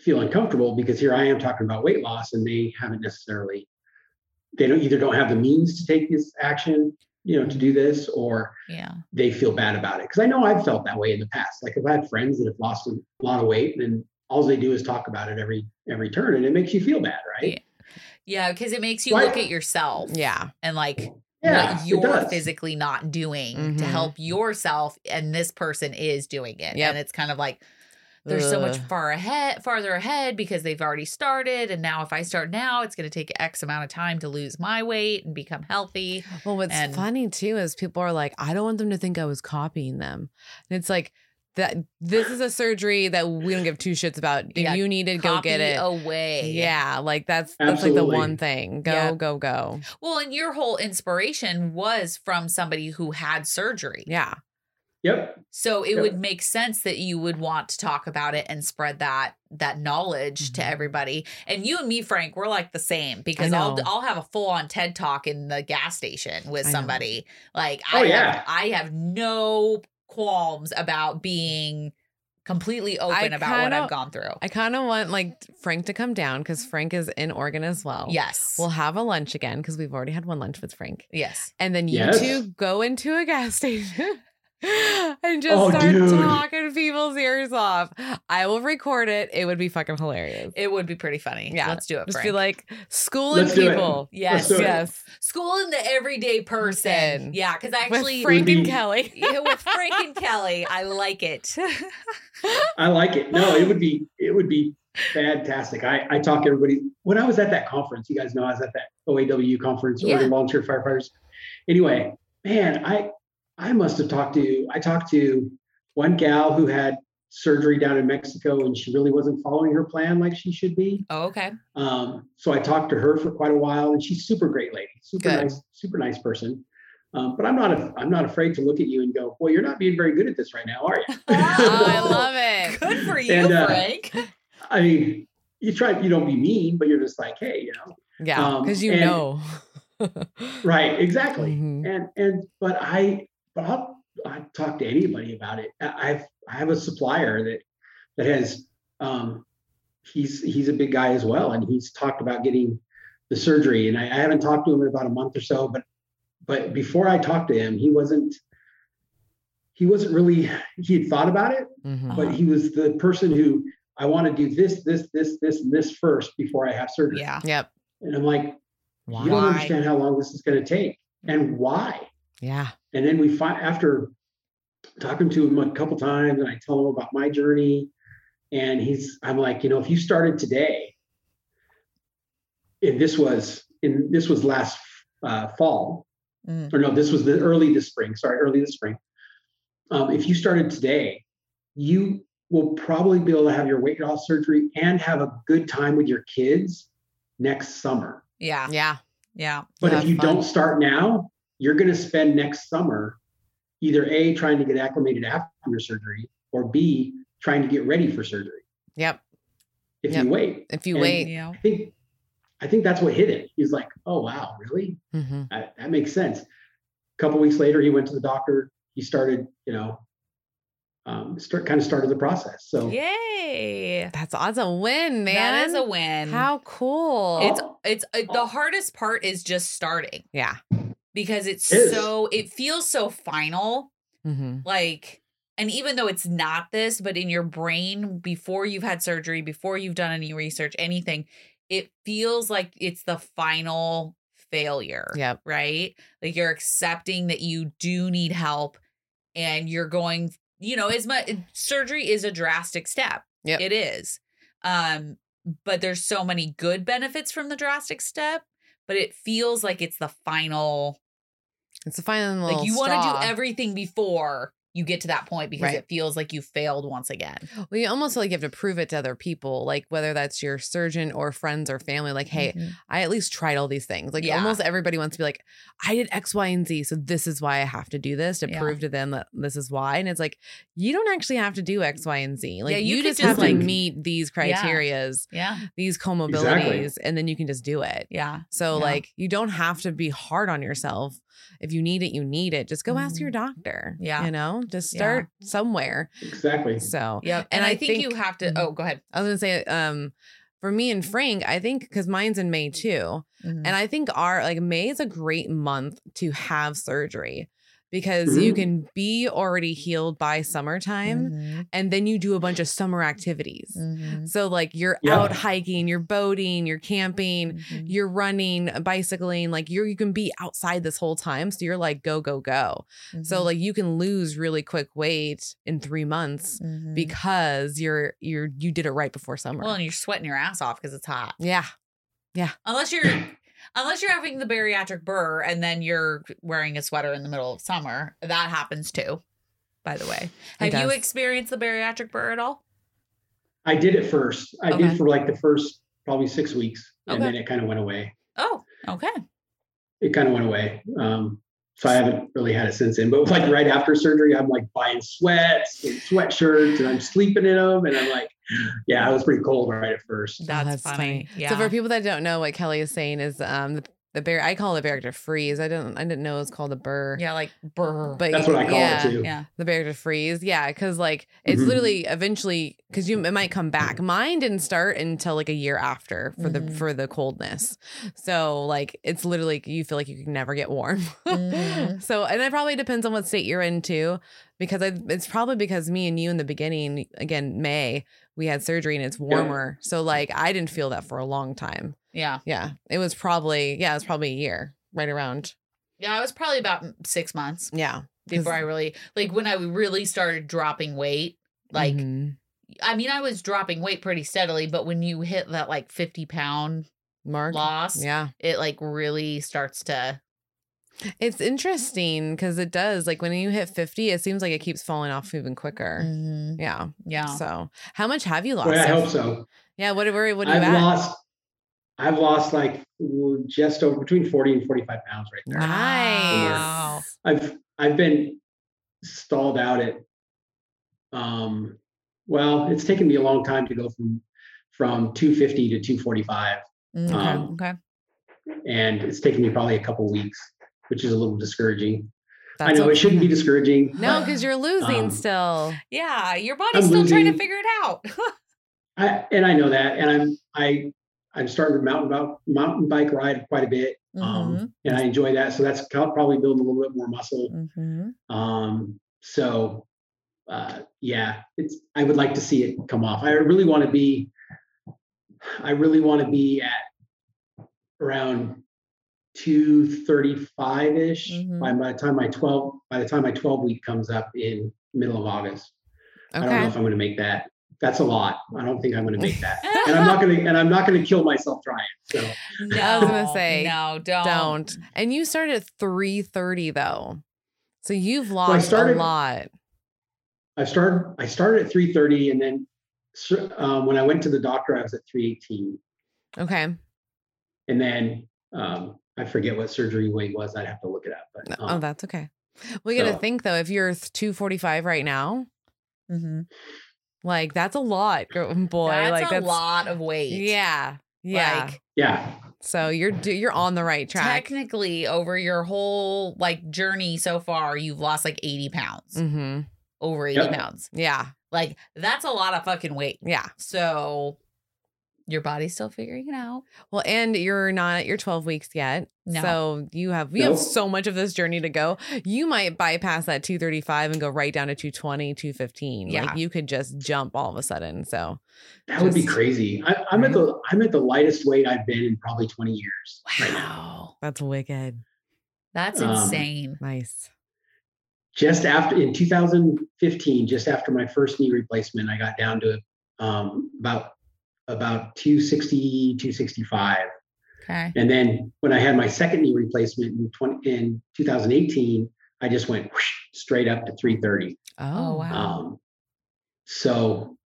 feel uncomfortable because here I am talking about weight loss and they haven't necessarily, they don't either don't have the means to take this action, you know, to do this or Yeah. they feel bad about it. Because I know I've felt that way in the past. Like if I had friends that have lost a lot of weight, and all they do is talk about it every every turn, and it makes you feel bad, right? Yeah, because it makes you Why- look at yourself Yeah. and like Yeah, what it you're does. physically not doing to Mhm. help yourself and this person is doing it Yep. and it's kind of like there's so much Ugh. far ahead farther ahead because they've already started and now if i start now it's going to take x amount of time to lose my weight and become healthy Well, what's and- funny too is people are like, I don't want them to think I was copying them. And it's like that this is a surgery that we don't give two shits about. If Yeah, you need it, go get Copy it. away Yeah, like that's that's like the Absolutely. one thing. Go, Yeah. go, go. well and your whole inspiration was from somebody who had surgery Yeah. Yep. so it Yeah. would make sense that you would want to talk about it and spread that that knowledge to Mhm. everybody and you and me frank we're like the same because i'll know. i'll have a full on ted talk in the gas station with I know. somebody like Oh, i yeah. have, i have no qualms about being completely open about what kinda- i've gone through I kind of want like Frank to come down because Frank is in Oregon as well. yes We'll have a lunch again because we've already had one lunch with Frank. yes And then you Yes. two go into a gas station and just Oh, start dude. talking people's ears off. I will record it. It would be fucking hilarious. It would be pretty funny. Yeah. Let's do it. Just Frank. be like schooling Let's do it. people. Yes, do it. Yes. School in the everyday person. Person. Yeah, because I With actually Frank and Maybe- Kelly. Yeah, with Frank and Kelly, I like it. I like it. No, it would be it would be fantastic. I, I talk everybody when I was at that conference, you guys know I was at that OAWU conference, Yeah. Oregon Volunteer Firefighters. Anyway, man, I I must have talked to I talked to one gal who had surgery down in Mexico and she really wasn't following her plan like she should be. Oh, okay. Um, so I talked to her for quite a while, and she's super great lady, super Good. nice, super nice person. Um, but I'm not a, I'm not afraid to look at you and go, well, you're not being very good at this right now, are you? Oh, I Oh. love it. Good for you, And, uh, Frank. I mean, you try, you don't be mean, but you're just like, hey, you know, Yeah, Um, because you and- know. right, exactly. Mm-hmm. Mhm. And and but I but I'll I talk to anybody about it. I- I've I have a supplier that that has um he's he's a big guy as well, and he's talked about getting the surgery. And I, I haven't talked to him in about a month or so, but but before I talked to him, he wasn't he wasn't really he had thought about it, Mhm. Uh-huh. but he was the person who I want to do this, this, this, this, and this first before I have surgery. Yeah. Yep. And I'm like, you Wow. don't Why? understand how long this is going to take and why. Yeah. And then we find after talking to him a couple times, and I tell him about my journey, and he's, I'm like, you know, if you started today, and this was in this was last uh, fall, Mm. or no, this was the early this spring. Sorry, early this spring. Um, if you started today, you will probably be able to have your weight loss surgery and have a good time with your kids next summer. Yeah. Yeah. Yeah. But Have if you fun. don't start now, you're going to spend next summer either A, trying to get acclimated after your surgery, or B, trying to get ready for surgery Yep. if Yep. you wait. If you And- wait. Yeah. I think I think that's what hit it. He was like, oh wow, really? Mhm. That, that makes sense. A couple weeks later, he went to the doctor. He started, you know, um, start kind of started the process. So Yay. That's that's a win, man. That is a win. How cool. it's it's uh, the hardest part is just starting yeah. because it's It is. so it feels so final hmm like and even though it's not this but in your brain before you've had surgery before you've done any research anything it feels like it's the final failure Yep. right like you're accepting that you do need help and you're going you know as much surgery is a drastic step Yep. it is um but there's so many good benefits from the drastic step but it feels like it's the final It's a final like little you want straw. to do everything before you get to that point because Right. Oh, it feels like you failed once again. Well, you almost feel like you have to prove it to other people, like whether that's your surgeon or friends or family. Like, hey, I at least tried all these things. Like Yeah. almost everybody wants to be like, I did X, Y, and Z, so this is why I have to do this to Yeah. prove to them that this is why. And it's like you don't actually have to do X, Y, and Z. Like Yeah, you you, could just, just, have like- to meet these criterias, yeah, these comorbidities, and then you can just do it. yeah, So Yeah. like you don't have to be hard on yourself. If you need it, you need it. Just go ask your doctor. Mm-hmm. Yeah. you know, just Yeah. start somewhere. exactly. So yep. And, And I, I think, you think- have to. Mhm. Oh, go ahead. I was gonna say, um, for me and Frank, I think because mine's in May too, and Mm-hmm. I think our like May is a great month to have surgery because you Mhm. can be already healed by summertime, Mm-hmm. and then you do a bunch of summer activities. So like you're Yeah. out hiking, you're boating, you're Mm-hmm. camping, you're running, uh, bicycling, like you're you can be outside this whole time. So you're like go go go. Mm-hmm. So like you can lose really quick weight in three months Mm-hmm. because you're you're you did it right before summer. well, and you're sweating your ass off because it's hot. yeah. Unless you're, unless you're having the bariatric burr and then you're wearing a sweater in the middle of summer. That happens too. By the way, have It you does. experienced the bariatric burr at all? I did it first. I Okay. did for like the first probably six weeks, and Okay. then it kind of went away. Oh, okay. it kind of went away. Um, so I haven't really had it since then. But like right after surgery, I'm like buying sweats and sweatshirts, and I'm sleeping in them. And I'm like, yeah, I was pretty cold right at first. That's, that's funny. funny. Yeah. So for people that don't know, what Kelly is saying is um, the the bear. I call it a barrier freeze. I don't. I didn't know it was called a burr. Yeah, like brr. But That's what I call yeah, it too. yeah. The barrier to freeze. Yeah, because like it's Mhm. literally eventually because you it might come back. Mine didn't start until like a year after for the Mhm. for the coldness. So like it's literally you feel like you can never get warm. Mhm. so and it probably depends on what state you're in too, because I, it's probably because me and you in the beginning again May we had surgery and it's warmer. So like I didn't feel that for a long time. Yeah. Yeah, it was probably yeah it was probably a year right around Yeah, I was probably about six months yeah before I really like when I really started dropping weight. Like, Mhm. I mean, I was dropping weight pretty steadily, but when you hit that like fifty pound Mark. loss, Yeah. it like really starts to. It's interesting because it does. Like when you hit 50, it seems like it keeps falling off even quicker. Mm-hmm. Yeah. Mm. Yeah, So, how much have you lost? Well, Oh, I hope so. Yeah. What, where, what are you I've at? lost, I've lost like just over between 40 and 45 pounds right there. Nice. Wow. I've I've been stalled out at um well, it's taken me a long time to go from from 250 to 245 Mm, Okay. Um, okay. and it's taken me probably a couple weeks, which is a little discouraging. That's I know what- it shouldn't be discouraging. No, because you're losing Um, still. Yeah, your body's I'm still trying to losing- figure it out. I, and I know that and I'm I I'm starting to mountain bike mountain bike ride quite a bit. Um, and I enjoy that. So that's co- probably building a little bit more muscle. mm-hmm. Um, so uh, yeah, it's I would like to see it come off. I really want to be I really want to be at around 235-ish Mhm. by my time my 12 by the time my 12 week comes up in middle of August. I don't know Okay. if I'm gonna make that. That's a lot. I don't think I'm gonna make that. and I'm not gonna and I'm not gonna kill myself trying. So No, I was gonna say, no, don't. Don't. And you started at 330 though. So you've lost started- a lot. I started I started at 330 and then um, when I went to the doctor, I was at 318. Okay. And then um, I forget what surgery weight was. I'd have to look it up. But Oh, um, that's okay. We got to so- think though, if you're 245 right now, Mm-hmm. like that's a lot, girl- boy. that's like a that's lot of weight. Yeah. Yeah. Like, yeah, so you're do- you're on the right track. Technically, over your whole like journey so far, you've lost like 80 pounds. hmm Over 80 Yeah. pounds. Yeah. Like that's a lot of fucking weight. Yeah. So your body's still figuring it out. Well, and you're not at your 12 weeks yet. No. So you have you have Nope. so much of this journey to go. You might bypass that 235 and go right down to 220, 215. Yeah. Like you could just jump all of a sudden. So that would be Just- crazy. I, I'm at the I'm at the lightest weight I've been in probably 20 years right now. Wow. that's wicked. That's Um, insane. Nice. Just after in 2015, just after my first knee replacement, I got down to um, about about 260, 265. Okay. And then when I had my second knee replacement in 20, in 2018, I just went whoosh, straight up to 330. Oh, wow. Um, so,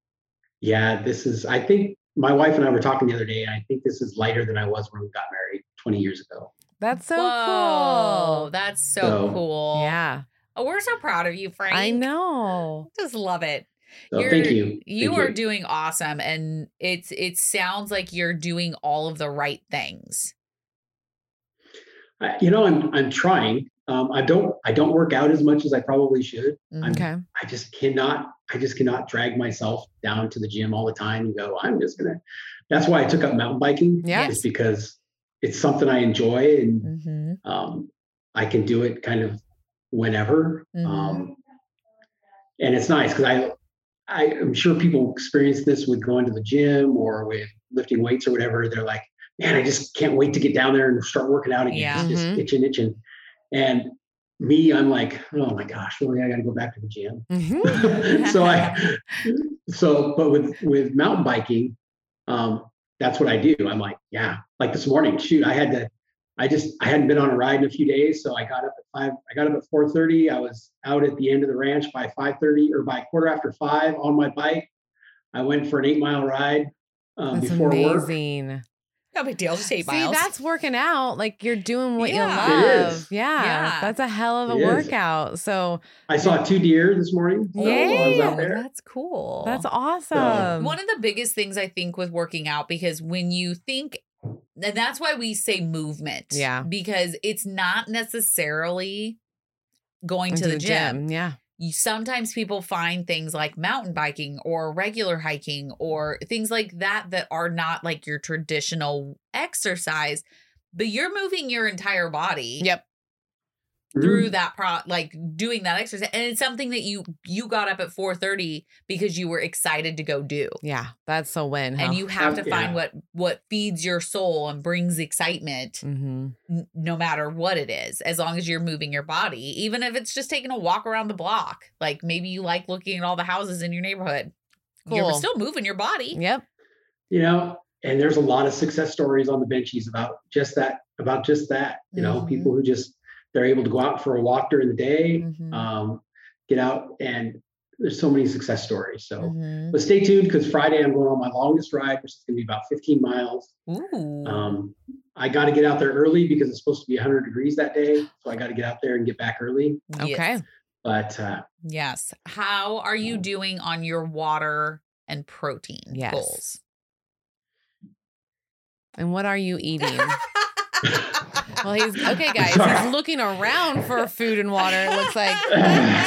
yeah, this is, I think my wife and I were talking the other day, and I think this is lighter than I was when we got married 20 years ago. That's so Whoa, That's so, So- cool. cool. Yeah. Oh, we're so proud of you, Frank. I know. Just love it. So, You're- Oh, thank you. You Thank are doing awesome and it's it sounds like you're doing all of the right things. I- you know, I'm, I'm trying. Um, I don't, I don't work out as much as I probably should. I'm- Okay. I just cannot, I just cannot drag myself down to the gym all the time and go, I'm just gonna, that's why I took up mountain biking. Yeah. Is because it's something I enjoy and Mm-hmm. um, I can do it kind of whenever. Mhm. Um, and it's nice because I, I am sure people experience this with going to the gym or with lifting weights or whatever. They're like, man, I just can't wait to get down there and start working out again. Yeah. It's Mhm. just itching, itching. And me, I'm like, oh my gosh, really, I got to go back to the gym. Mm-hmm. Mhm. so I, so but with with mountain biking, um, that's what I do. I'm like, yeah, like this morning. Shoot, I had to. I just I hadn't been on a ride in a few days, so I got up at five. I got up at four thirty. I was out at the end of the ranch by five thirty or by quarter after five on my bike. I went for an eight mile ride um, That's before work. amazing. No big deal. Just eight See, miles. that's working out. Like you're doing what Yeah. you It love. is. Yeah, Yeah. That's a hell of a It is. workout. So I saw two deer this morning. so while Oh, I was Yay. out there. That's cool. that's awesome. One of the biggest things I think with working out because when you think And that's why we say movement. Yeah. Because it's not necessarily going to Into the, gym. Yeah. You, sometimes people find things like mountain biking or regular hiking or things like that that are not like your traditional exercise, but you're moving your entire body Yep. through that pro like doing that exercise and it's something that you you got up at 4:30 because you were excited to go do Yeah. That's a win. and you have Um, to find yeah. what what feeds your soul and brings excitement Mm-hmm. n- no matter what it is as long as you're moving your body even if it's just taking a walk around the block like maybe you like looking at all the houses in your neighborhood you're Cool. still moving your body Yep. you know and there's a lot of success stories on the benchies about just that about just that you know Mhm. people who just they're able to go out for a walk during the day Mhm. um, get out and there's so many success stories so Mhm. but stay tuned because friday i'm going on my longest ride which is going to be about 15 miles Ooh. um, i got to get out there early because it's supposed to be 100 degrees that day so i got to get out there and get back early Yes. Okay. but uh, Yes. How are you doing on your water and protein Yes. goals? And what are you eating? well, he's okay, guys. Sorry. He's looking around for food and water. It looks like.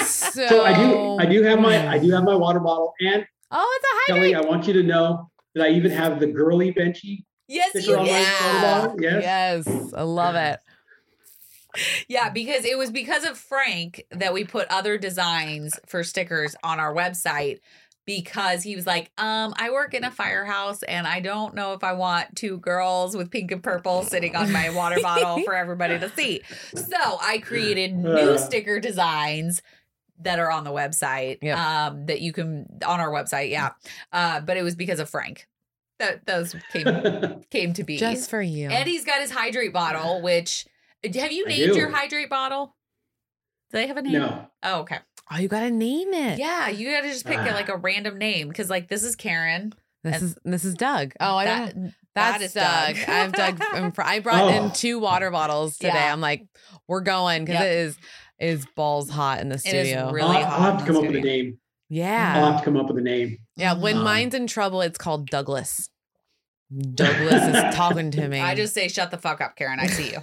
So, so i do i do have my i do have my water bottle and Oh, it's a high kelly i want you to know that i even have the girly benchie yes, sticker you on my water yeah. bottle yes Yes. I love it. yeah, because it was because of Frank that we put other designs for stickers on our website because he was like, um, I work in a firehouse and I don't know if I want two girls with pink and purple sitting on my water bottle for everybody to see. So I created new Uh. sticker designs that are on the website. Yep. Um, that you can on our website, yeah. Uh, but it was because of Frank. That those came came to be. Just for you. And he's got his hydrate bottle, which have you I named do. your hydrate bottle? Do they have a name? no Oh, okay. oh, you gotta name it. Yeah, you gotta just pick Ah. like a random name because like this is Karen. This is this is Doug. Oh, I don't. That- that That's is Doug. Doug. I've Doug. I'm fr- I brought in Oh. two water bottles today. Yeah. I'm like, we're going because Yep. it is it is balls hot in the It is studio. really I'll, I'll hot have to in come the up with a studio. Oh. name. yeah, I'll have to come up with a name. yeah. When Um, mine's in trouble, it's called Douglas. Douglas is talking to me. I just say shut the fuck up, Karen. I see you.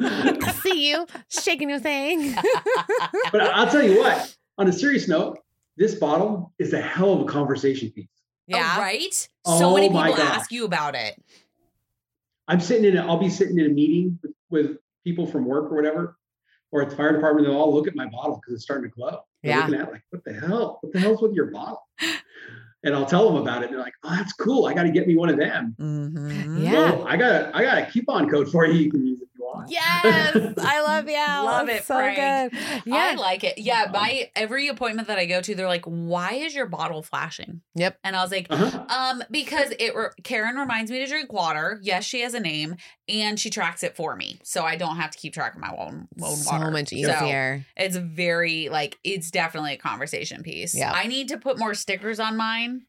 I see you shaking your thing. Oh, But I- I'll tell you what, on a serious note, this bottle is a hell of a conversation piece. yeah, Oh, right? so Oh many my people gosh. ask you about it. I'm sitting in a, I'll be sitting in a meeting with, with people from work or whatever, or at the fire department, they'll all look at my bottle because it's starting to glow. They're Yeah. looking at it like, what the hell? What the hell's with your bottle? And I'll tell them about it. And they're like, oh, that's cool. I got to get me one of them. Mm-hmm. yeah. So I got I got a coupon code for you. You can use if you want. Yes, I love you. Love It's it, So Frank. good. Yeah. I Yeah. like it. Yeah, my every appointment that I go to, they're like, "Why is your bottle flashing?" Yep. And I was like, Uh-huh. Um, because it re- Karen reminds me to drink water. Yes, she has a name, and she tracks it for me, so I don't have to keep track of my own, own so water. much So easier. it's very like it's definitely a conversation piece. Yeah. I need to put more stickers on mine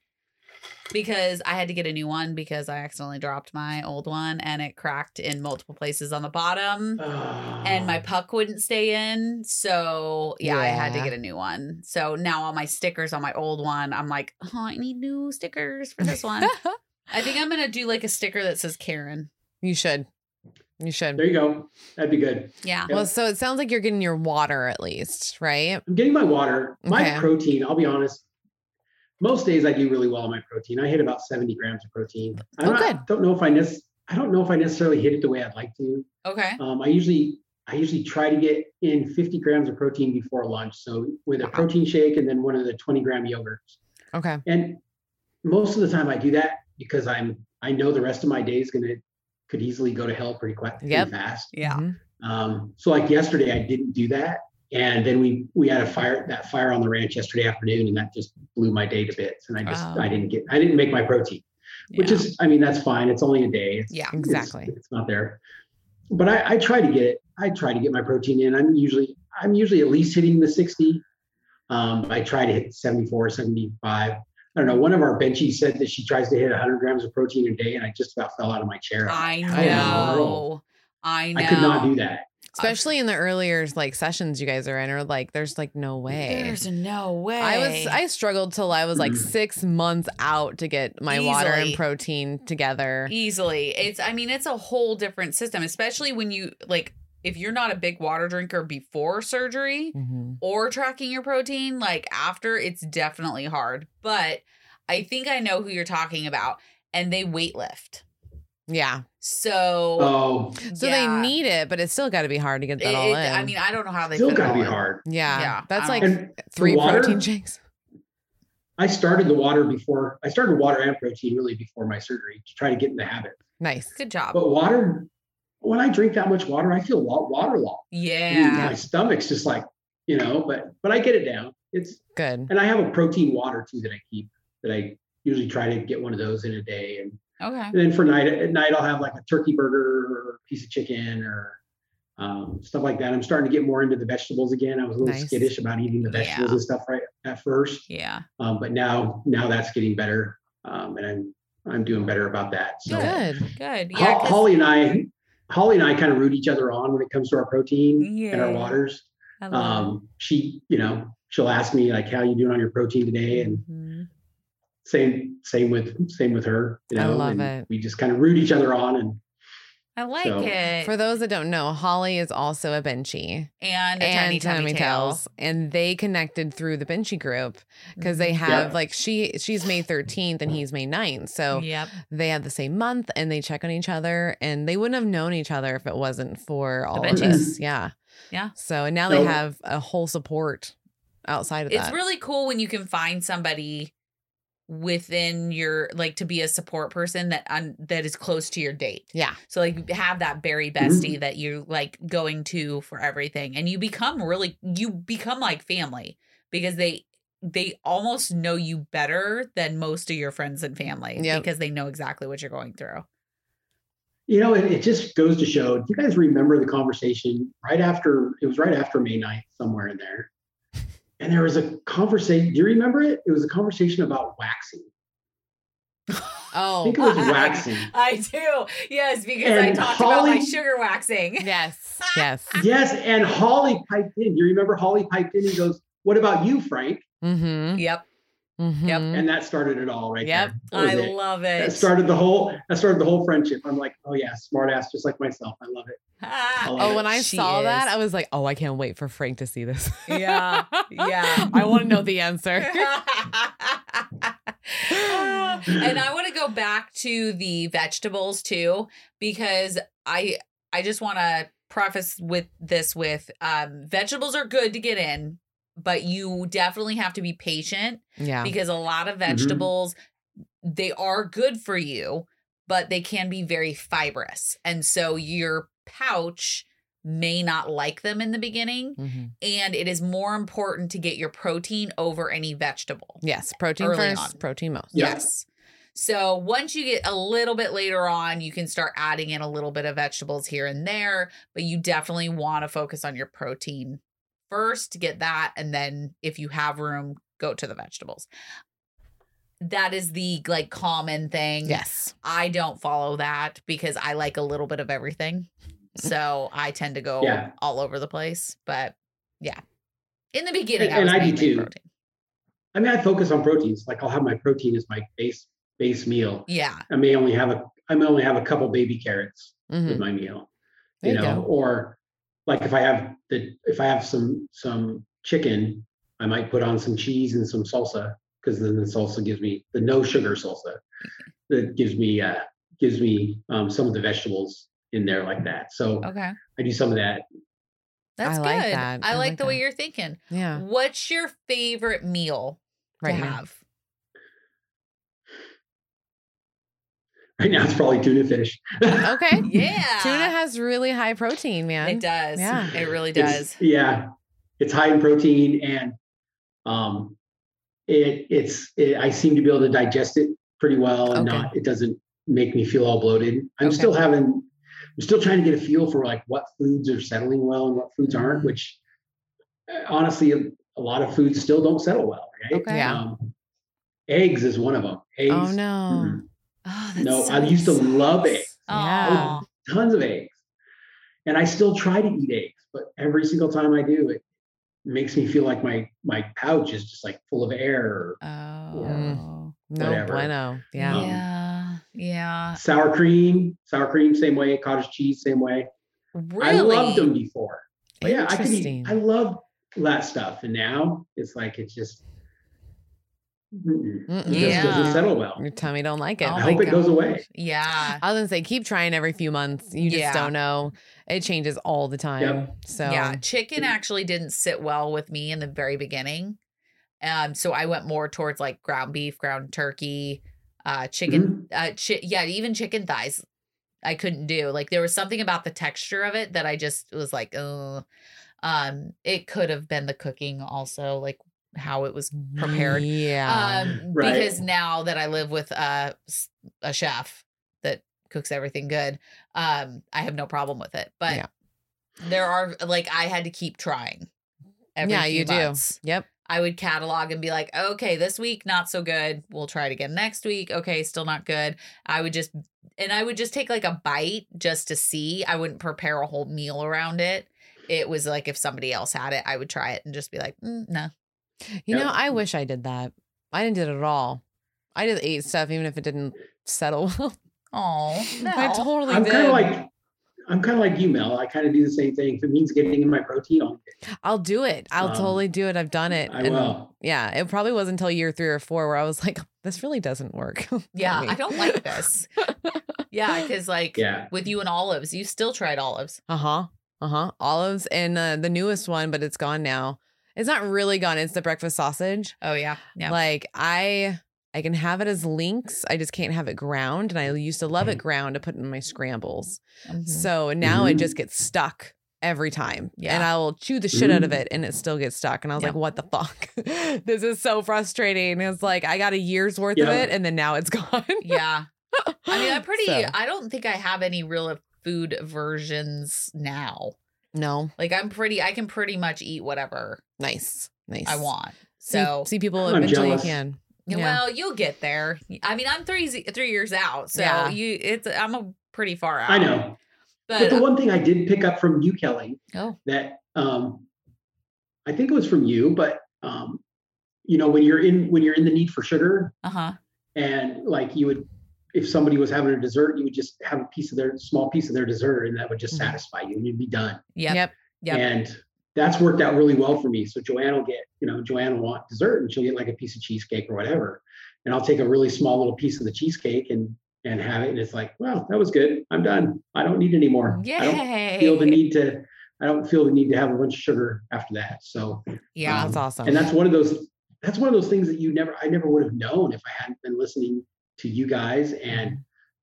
because I had to get a new one because I accidentally dropped my old one and it cracked in multiple places on the bottom. And Oh. my puck wouldn't stay in. So, yeah, I had to Yeah. get a new one. So now all my stickers on my old one, I'm like, oh, I need new stickers for this one. I think I'm gonna do like a sticker that says Karen. you should. You should. there you go. That'd be good. Yeah. Yeah. Well, so it sounds like you're getting your water at least, right? I'm getting my water. My Okay. protein, I'll be honest. Most days I do really well on my protein. I hit about 70 grams of protein. I Oh, don't, good. don't know if I nec- I don't know if I necessarily hit it the way I'd like to. Okay. Um, I usually I usually try to get in 50 grams of protein before lunch. So with a protein shake and then one of the 20 gram yogurts. Okay. And most of the time I do that because I'm I know the rest of my day is gonna could easily go to hell pretty quick pretty Yep. fast. Yeah. Mhm. Um, so like yesterday, I didn't do that, and then we we had a fire that fire on the ranch yesterday afternoon, and that just blew my day to bits. And I just Wow. I didn't get I didn't make my protein, which Yeah. is I mean that's fine. It's only a day. It's, yeah. it's- Exactly. It's, not there, but I, I try to get it. I try to get my protein in. I'm usually I'm usually at least hitting the sixty. Um, I try to hit 74, 75. I don't know. One of our benchies said that she tries to hit 100 grams of protein a day, and I just about fell out of my chair. I I know. know. I know. I could not do that. especially in the earlier like sessions you guys are in, or like there's like no way. There's no way. Mm. I was I struggled till I was like Mhm. six months out to get my water and Easily. E protein together. easily. It's I mean it's a whole different system, especially when you like if you're not a big water drinker before surgery Mhm. or tracking your protein, like after it's definitely hard. But I think I know who you're talking about, and they weight lift. Yeah, So Oh, so yeah, they need it, but it's still got to be hard to get it- that all it- in. I mean, I don't know how they still fit it gotta all be in. hard. yeah, yeah, that's I like don't- And three the water- protein shakes. I started the water before I started water and protein really before my surgery to try to get in the habit. Nice. Good job. But water, when I drink that much water, I feel wa- waterlogged. Yeah. My stomach's just like, you know, but but I get it down. It's Good. and I have a protein water too that I keep that I usually try to get one of those in a day. And, Okay. and then for night at night I'll have like a turkey burger or a piece of chicken or um, stuff like that. I'm starting to get more into the vegetables again. I was a little Nice. skittish about eating the vegetables Yeah. and stuff right at first. Yeah. um, but now now that's getting better um, and i'm i'm doing better about that so Good. Good. Ho- Yeah. 'cause- holly and i holly and i kind of root each other on when it comes to our protein and our Mm, Yeah. waters I love um, she you know she'll ask me like how you doing on your protein today and Mm-hmm. Mhm. same same with same with her you I know love and it. we just kind of root each other on and I like so- it. For those that don't know, Holly is also a benchy. and a tiny, and tiny, Tommy tail. Tells, and they connected through the Benchy group because they Mm-hmm. have like she she's May 13th and he's May 9th, so Yep. they have the same month and they check on each other, and they wouldn't have known each other if it wasn't for all of Benchies. this. Yeah, Yeah. So and now they So- have a whole support outside of It's that. really cool when you can find somebody within your like to be a support person that un, that is close to your date. yeah, So like you have that berry bestie that you like going to for everything and you become really you become like family because they they almost know you better than most of your friends and family Yep. because they know exactly what you're going through. you know it, it just goes to show do you guys remember the conversation right after it was right after may 9th somewhere in there and there was a conversation do you remember it it was a conversation about waxing I oh think it was waxing. I do. Yes, because I And talked about my Holly- sugar waxing. yes, yes, Yes, and Holly piped in. You remember Holly piped in? He goes, "What about you, Frank?" mm-hmm, Yep. mm-hmm. And that started it all, right Yep, there. That was I it. love it. That started the whole. That started the whole friendship. I'm like, oh yeah, smart ass, just like myself. I love it. Ah. I love Oh, it. when I She saw that, is. I was like, "Oh, I can't wait for Frank to see this." Yeah, yeah. I want to know the answer. Ah, and I want to go back to the vegetables too because I I just want to preface with this with um vegetables are good to get in but you definitely have to be patient Yeah, because a lot of vegetables they are good for you but they can be very fibrous and so your pouch may not like them in the beginning Mhm. and it is more important to get your protein over any vegetable. Yes, protein Early first, on. protein most. Yeah. Yes. So once you get a little bit later on, you can start adding in a little bit of vegetables here and there, but you definitely want to focus on your protein first to get that. And then if you have room, go to the vegetables. That is the like common thing. Yes. I don't follow that because I like a little bit of everything. So I tend to go Yeah. all over the place. But yeah. In the beginning, I And- was and I do mainly too. protein. I mean, I focus on proteins. Like I'll have my protein as my base base meal. Yeah. I may only have a I may only have a couple baby carrots Mhm. with my meal. There you you know, go. or like if I have the if I have some some chicken, I might put on some cheese and some salsa because then the salsa gives me the no sugar salsa that gives me uh, gives me um, some of the vegetables in there like that. So Okay. I do some of that. That's I good. like that. I, I like like the way that. you're thinking. Yeah. What's your favorite meal Right to now. have? Right now it's probably tuna fish. Okay. Yeah. Tuna has really high protein, man. It does. Yeah. It really It's- does. yeah, it's high in protein and um, it it's it, I seem to be able to digest it pretty well and Okay. not it doesn't make me feel all bloated. I'm Okay. still having I'm still trying to get a feel for like what foods are settling well and what foods aren't, which uh, honestly a, a lot of foods still don't settle well. Right? Okay. Yeah. Um, eggs is one of them. Eggs. mm-hmm. Oh no. mm-mm. Oh, No, I used to love eggs. Oh, Yeah. Tons of eggs. And I still try to eat eggs, but every single time I do, it makes me feel like my my pouch is just like full of air. Or Oh. No Whatever. bueno. Yeah. Um, Yeah. Yeah. sour cream, sour cream, same way. Cottage cheese, same way. Really? I loved them before. But yeah, I could Interesting. eat. I love that stuff, and now it's like it's just. mm-mm. Mm-mm. It just doesn't Yeah. settle well. Your tummy don't like it. Oh I my hope it goes gosh. away. Yeah. I was gonna say keep trying every few months. You just Yeah. don't know. It changes all the time. So Yeah. Chicken actually didn't sit well with me in the very beginning. Um, so I went more towards like ground beef, ground turkey, uh, chicken, Mm-hmm. uh, chi- yeah, even chicken thighs. I couldn't do like there was something about the texture of it that I just was like, Ugh. um, it could have been the cooking also, like how it was prepared. Yeah. Um, Right. because now that I live with a a chef that cooks everything good, um, I have no problem with it. But Yeah. there are like I had to keep trying. Every yeah, few you months. do. Yep. I would catalog and be like, okay, this week not so good. We'll try it again next week. Okay, still not good. I would just and I would just take like a bite just to see. I wouldn't prepare a whole meal around it. It was like if somebody else had it, I would try it and just be like, mm, no. You know, Yep. I wish I did that. I didn't do it at all. I just ate stuff even if it didn't settle well. Oh, I totally I'm did. kind of like. I'm kind of like you, Mel. I kind of do the same thing. If it means getting in my protein, I'll get I'll do it. I'll Um, totally do it. I've done it. it. I will. Yeah. It probably was until year three or four where I was like, this really doesn't work. for Yeah, me." I don't like this. yeah, because like Yeah. with you and olives, you still tried olives. Uh huh. Uh huh. Olives and uh, the newest one, but it's gone now. It's not really gone. It's the breakfast sausage. Oh yeah, yeah. Like I, I can have it as links. I just can't have it ground. And I used to love Mm-hmm. it ground to put in my scrambles. So now it Mhm. just gets stuck every time. Yeah. And I will chew the shit out of Mhm. it and it still gets stuck. And I was Yeah. like, what the fuck? this is so frustrating. It's like I got a year's worth of Yeah. it and then now it's gone. yeah. I mean, I'm pretty. So, I don't think I have any real uh, food versions now. no, Like I'm pretty. I can pretty much eat whatever nice. Nice. I want. See- So see, people I'm eventually jealous. can. well, you'll get there. I mean, I'm three three years out, so Yeah. you it's I'm a pretty far out. I know. But but, uh, the one thing I did pick up from you, Kelly, oh that um, I think it was from you, but um, you know, when you're in when you're in the need for sugar, uh huh and like you would, if somebody was having a dessert, you would just have a piece of their small piece of their dessert, and that would just Mhm. satisfy you, and you'd be done. yeah Yep. Mm-hmm. Yep. And that's worked out really well for me. So Joanne will get, you know, Joanne will want dessert, and she'll get like a piece of cheesecake or whatever, and I'll take a really small little piece of the cheesecake and and have it, and it's like, wow, that was good. I'm done. I don't need any more. I don't yay feel the need to i don't feel the need to have a bunch of sugar after that so um, yeah That's awesome. and that's one of those that's one of those things that you never i never would have known if i hadn't been listening to you guys and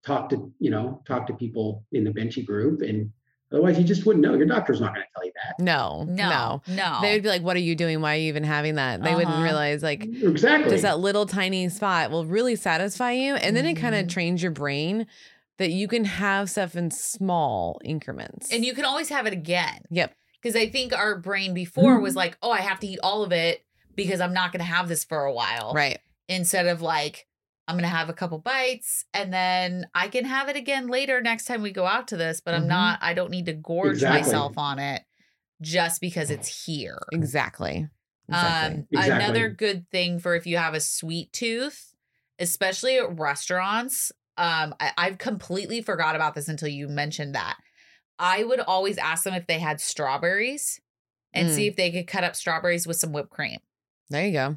talk to you know talk to people in the benchy group and otherwise you just wouldn't know your doctor's not going to tell you that no, no no, no They would be like, "What are you doing? Why are you even having that?" They wouldn't Uh-huh. realize like exactly just that little tiny spot will really satisfy you, and then it kind of Mhm. trains your brain that you can have stuff in small increments. and you can always have it again. Yep. Mm-hmm. Because I think our brain before was like, oh, I have to eat all of it because I'm not going to have this for a while. right, Instead of like, I'm going to have a couple bites and then I can have it again later next time we go out to this, but I'm Mhm. not, I don't need to gorge Exactly. myself on it just because it's here. exactly. Exactly. Um, Exactly. Another good thing for if you have a sweet tooth, especially at restaurants. Um, I, I've completely forgot about this until you mentioned that. I would always ask them if they had strawberries and see if they could cut up strawberries with some whipped cream. there you go.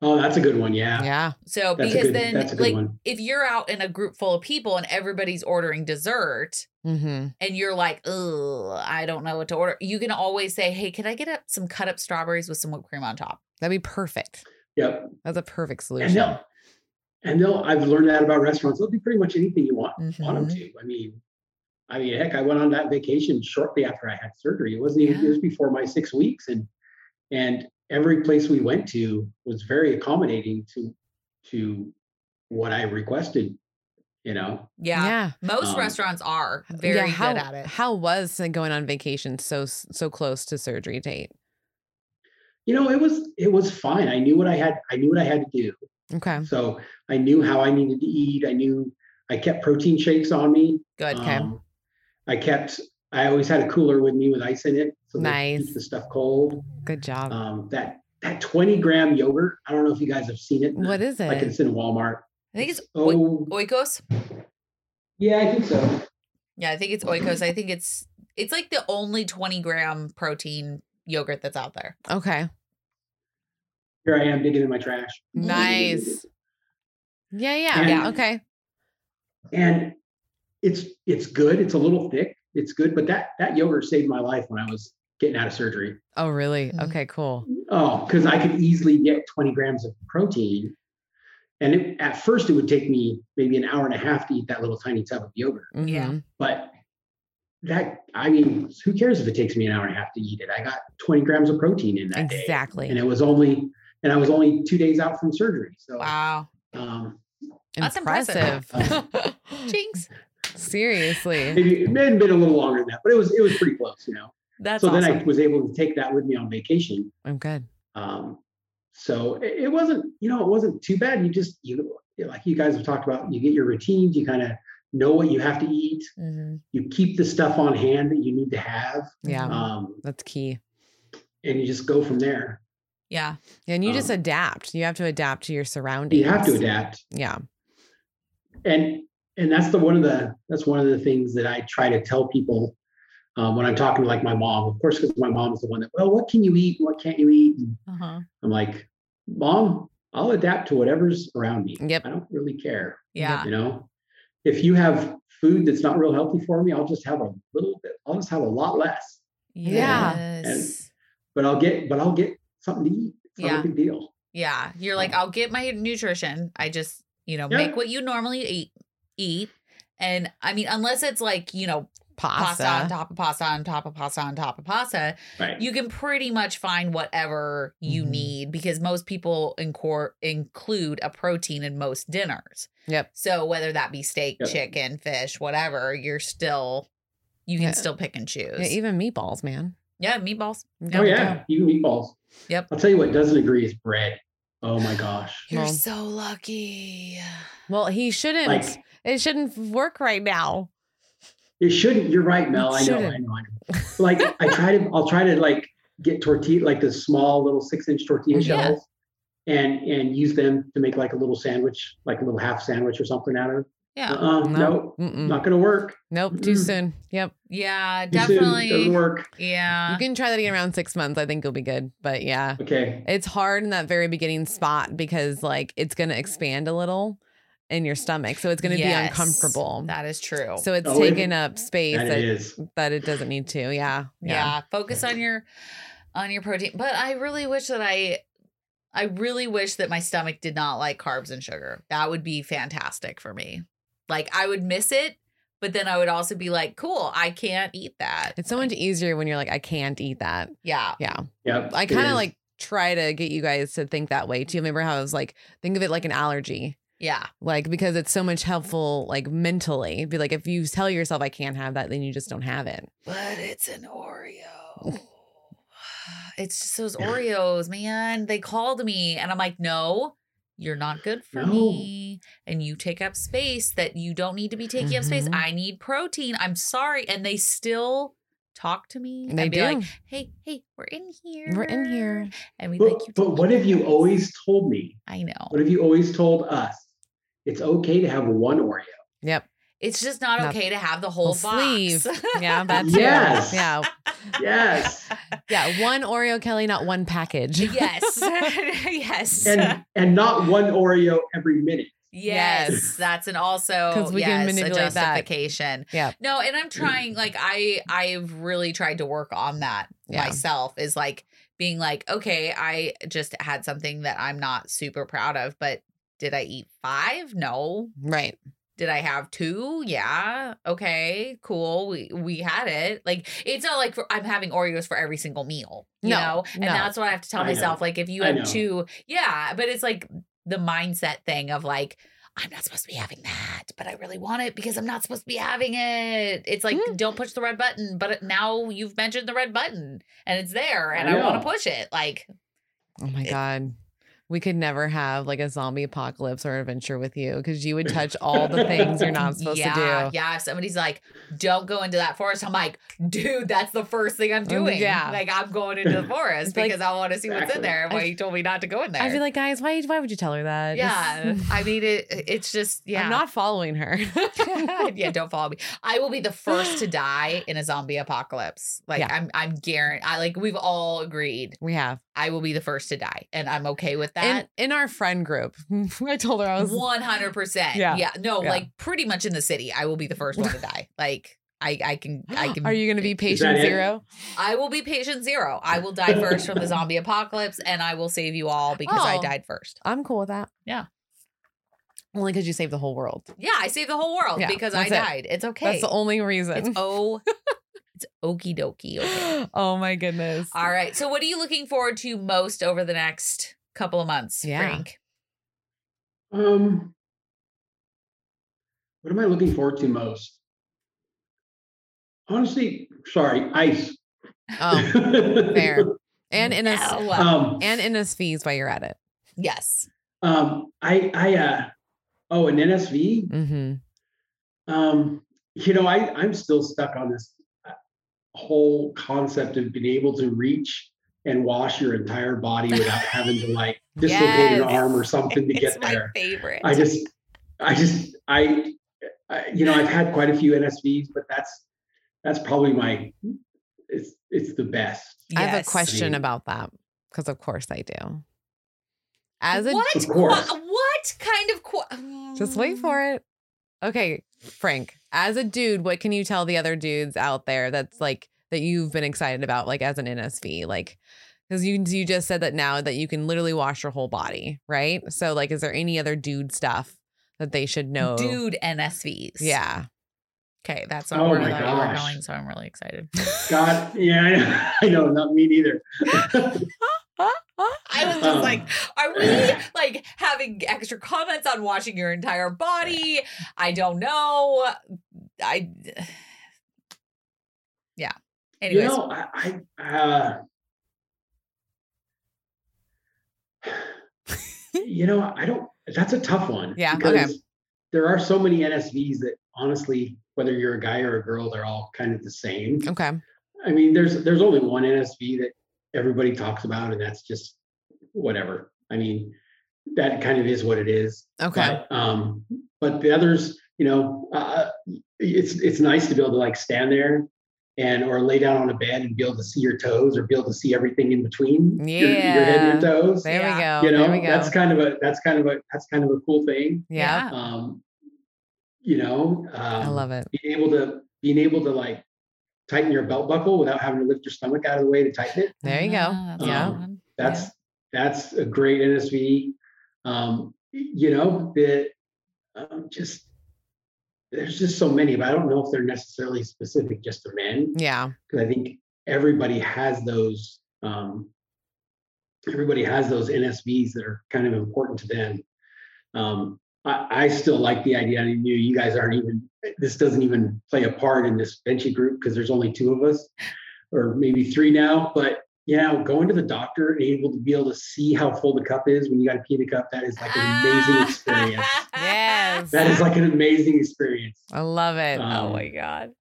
oh that's a good one yeah, Yeah, So that's because a good then that's a good like one if you're out in a group full of people and everybody's ordering dessert hmm and you're like, "Ugh, I don't know what to order," you can always say, "Hey, can I get up some cut up strawberries with some whipped cream on top?" that'd be perfect. yep That's a perfect and solution. they'll and they'll i've learned that about restaurants they'll do pretty much anything you want want them Mhm. to. I mean, I mean, heck, I went on that vacation shortly after I had surgery. It wasn't even Yeah. it was before my six weeks, and and every place we went to was very accommodating to to what I requested. You know, Yeah. Most Um, restaurants are very Yeah, how, good at it. How was going on vacation so so close to surgery date? you know, it was it was fine. I knew what I had. I knew what I had to do. Okay, So I knew how I needed to eat. I knew I kept protein shakes on me. good. Okay. Um, I kept I always had a cooler with me with ice in it, so that Nice. keeps the stuff cold. Good job. Um, that that 20 gram yogurt. I don't know if you guys have seen it. what is it? Like it's in Walmart. I think it's Oi- oh Oikos. yeah, I think so. Yeah, I think it's Oikos. I think it's it's like the only 20 gram protein yogurt that's out there. okay. Here I am digging in my trash. Nice. Yeah, yeah, And- yeah. Okay. and it's it's good. It's a little thick. It's good, but that that yogurt saved my life when I was getting out of surgery. Oh, really? Mhm. Okay, cool. Oh, because I could easily get 20 grams of protein, and it, at first it would take me maybe an hour and a half to eat that little tiny tub of yogurt. Yeah. Mhm. But that I mean, who cares if it takes me an hour and a half to eat it? I got 20 grams of protein in that day, Exactly. and it was only and I was only two days out from surgery. So Wow. um, That's Impressive. impressive. Jinx. Seriously. maybe Um, it may have been a little longer than that, but it was it was pretty close, you know. That's so awesome. then I was able to take that with me on vacation. I'm good. Um, so it, it wasn't, you know, it wasn't too bad. You just, you like you guys have talked about, you get your routines, you kind of know what you have to eat, Mhm. you keep the stuff on hand that you need to have, Yeah. um, That's key. and you just go from there. Yeah. And you just Um, adapt. You have to adapt to your surroundings. You have to adapt, Yeah. and and that's the one of the that's one of the things that I try to tell people um, when I'm talking to like my mom. Of course, because my mom's the one that, well, what can you eat? What can't you eat? And Uh-huh. I'm like, mom, I'll adapt to whatever's around me. Yep. I don't really care. Yeah. You know, if you have food that's not real healthy for me, I'll just have a little bit. I'll just have a lot less, Yeah. Yes. but I'll get, but I'll get something to eat. It's not Yeah. a big deal. Yeah. You're like, I'll get my nutrition. I just, you know, Yeah. make what you normally eat eat. And I mean, unless it's like, you know, Pasta. pasta on top of pasta on top of pasta on top of pasta, Right. you can pretty much find whatever you Mhm. Mm-hmm. need because most people incor- include a protein in most dinners. Yep. So whether that be steak, Yep. chicken, fish, whatever, you're still you can Yeah. still pick and choose. Yeah, even meatballs, man. yeah, meatballs. oh yeah. Even meatballs. Yep. I'll tell you what doesn't agree is bread. Oh my gosh. You're Well- so lucky. Well, he shouldn't. Like- it shouldn't work right now. It shouldn't. You're right, Mel. I know. I shouldn't. know. I know. Like I try to, I'll try to like get tortilla, like the small little six inch tortilla Mhm. Yeah. shells, and and use them to make like a little sandwich, like a little half sandwich or something out of. Yeah. Uh-uh, no, Mm-mm. not gonna work. Nope. Too Mm-mm. soon. Yep. Yeah, You said it doesn't definitely. work. Yeah. You can try that again around six months. I think you'll be good. But yeah, Okay. it's hard in that very beginning spot because like it's going to expand a little in your stomach. So it's going to be Yes, uncomfortable. That is true. so it's Oh, it- taking up space That that, it is. that it doesn't need to. Yeah. yeah. focus on your on your protein but i really wish that i i really wish that my stomach did not like carbs and sugar that would be fantastic for me like i would miss it but then i would also be like cool i can't eat that It's so much easier when you're like, I can't eat that. yeah Yeah. Yep. I it kind is. of like try to get you guys to think that way too. Remember how I was like, think of it like an allergy, yeah like because it's so much helpful, like mentally. Be like, if you tell yourself I can't have that, then you just don't have it. but it's an oreo it's just those oreos man they called me and i'm like no you're not good for No. me and you take up space that you don't need to be taking up space Mhm. i need protein i'm sorry and they still talk to me They and be do. like hey hey we're in here We're in here. and we But, like you but to what eat have you this." always told me? i know What have you always told us? It's okay to have one Oreo. Yep. it's just not Not- okay to have the whole whole box. sleeve. Yeah. That's Yes. Yeah. Yes. Yeah. One Oreo Kelly, not one package. yes yes and and not one Oreo every minute. Yes, Yes. that's an also 'Cause we yes, can a manipulate that. justification. Yeah. No, and I'm trying like I I've really tried to work on that Yeah. myself is like being like, okay, I just had something that I'm not super proud of, but did I eat 5? No. Right. Did I have 2? Yeah. Okay. Cool. We we had it. Like it's not like for, I'm having Oreos for every single meal, you No, know? And no. that's what I have to tell I know. myself like if you I have know. two, yeah, but it's like the mindset thing of like I'm not supposed to be having that, but I really want it because I'm not supposed to be having it. It's like Mm. don't push the red button, but now you've mentioned the red button and it's there, and I I, want know. to push it. Like Oh my It- God. We could never have like a zombie apocalypse or adventure with you because you would touch all the things you're not supposed yeah, to do. Yeah. If somebody's like, don't go into that forest, I'm like, dude, that's the first thing I'm Mm, doing. yeah. Like, I'm going into the forest It's like- because I want to see what's in Exactly. there. and Why I- you told me not to go in there. I'd be like, guys, why why would you tell her that? yeah. Just- I mean, it, it's just, yeah. I'm not following her. yeah, don't follow me. I will be the first to die in a zombie apocalypse. Like Yeah. I'm I'm guaranteed I like we've all agreed We have. I will be the first to die. And I'm okay with In, that. in our friend group, I told her I was One hundred percent. Yeah. Yeah. No, Yeah. like pretty much in the city, I will be the first one to die. Like I I can I can Are you going to be that patient it? zero? I will be patient zero. I will die first from the zombie apocalypse and I will save you all because I Oh. died first. I'm cool with that. Yeah. Only because you saved the whole world. Yeah, I saved the whole world Yeah, because I that's it. died. It's okay. That's the only reason. it's oh it's okie dokie. Okay. oh my goodness. All right. So, what are you looking forward to most over the next couple of months, Yeah. Frank? Um, what am I looking forward to most? Honestly, sorry, ice. Oh, fair. and in us No. um, and in us fees while you're at it. yes. um, I, I, uh, oh, an NSV. Mm-hmm. Um, you know, I, I'm still stuck on this uh, whole concept of being able to reach and wash your entire body without having to like dislocate Yes. an arm or something to It's get my there. favorite. I just, I just, I, I, you know, I've had quite a few NSVs, but that's, that's probably my, it's, it's the best. I have a Yes. question about that because, of course, I do. As a what? Of course. Qua- what kind of. Qu- mm, just wait for it. Okay, Frank. As a dude, what can you tell the other dudes out there that's like that you've been excited about, like as an NSV, like because you you just said that now that you can literally wash your whole body, right? So like, is there any other dude stuff that they should know? Dude NSVs. Yeah. Okay. That's not Oh where my I thought you were gosh. going. So, I'm really excited. God, yeah, I know, not me neither. I was just Um, like, are we like having extra comments on washing your entire body? I don't know. I. Yeah. Anyways. You know, I, I uh, you know, I don't. That's a tough one. Yeah, okay. because There are so many NSVs that honestly, whether you're a guy or a girl, they're all kind of the same. Okay. I mean, there's there's only one NSV that everybody talks about, and that's just whatever. I mean, that kind of is what it is. Okay. But, um, but the others, you know, uh, it's it's nice to be able to like stand there and or lay down on a bed and be able to see your toes or be able to see everything in between your, your head and your toes. There we go. you know, there we go. that's kind of a that's kind of a that's kind of a cool thing. yeah. Um, you know, um, I love it. being able to being able to like tighten your belt buckle without having to lift your stomach out of the way to tighten it. There you go. Ah, that's Yeah. a good one. That's that's a great NSV. Um, y- you know, the um, just there's just so many, but I don't know if they're necessarily specific just to men Yeah. because I think everybody has those. Um, everybody has those NSVs that are kind of important to them. Um, I, I still like the idea. I knew you guys aren't even. This doesn't even play a part in this benchy group because there's only two of us, or maybe three now. But yeah, going to the doctor and able to be able to see how full the cup is when you got to pee in the cup. That is like an Ah. amazing experience. Yes. That is like an amazing experience. I love it. Oh Um, my god.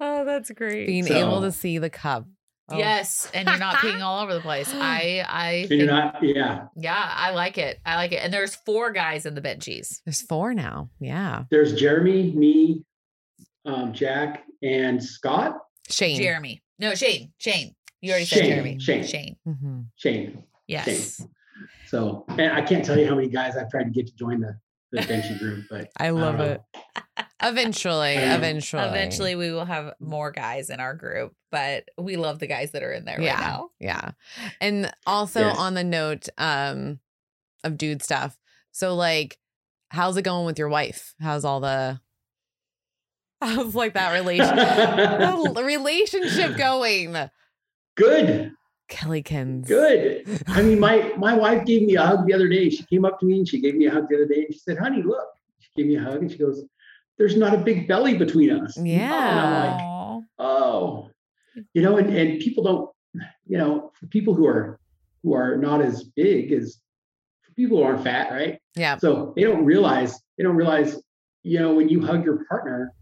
Oh, that's great. Being so- able to see the cup. Oh, Yes, and you're not peeing all over the place. I, I, and you're think- not, yeah. yeah, I like it. I like it. And there's four guys in the benchies. There's four now. Yeah. There's Jeremy, me, um, Jack, and Scott. Shane. Jeremy, no Shane, Shane. You already said Shane, Jeremy. Shane. Mhm. Shane. Yes. So, and I can't tell you how many guys I've tried to get to join the, the benchy group, but um, I love don't know. it. Eventually. I know. Eventually. Eventually, we will have more guys in our group, but we love the guys that are in there Yeah. right now. Yeah. And also Yes. on the note um of dude stuff. So like how's it going with your wife? How's all the how's like that relation the relationship going? good, Kelly Kins. good. I mean, my my wife gave me a hug the other day. She came up to me and she gave me a hug the other day, and she said, "Honey, look." She gave me a hug and she goes, "There's not a big belly between us." And Yeah. I'm like, oh, you know, and and people don't, you know, for people who are who are not as big as people who aren't fat, right? Yeah. So they don't realize they don't realize you know when you hug your partner,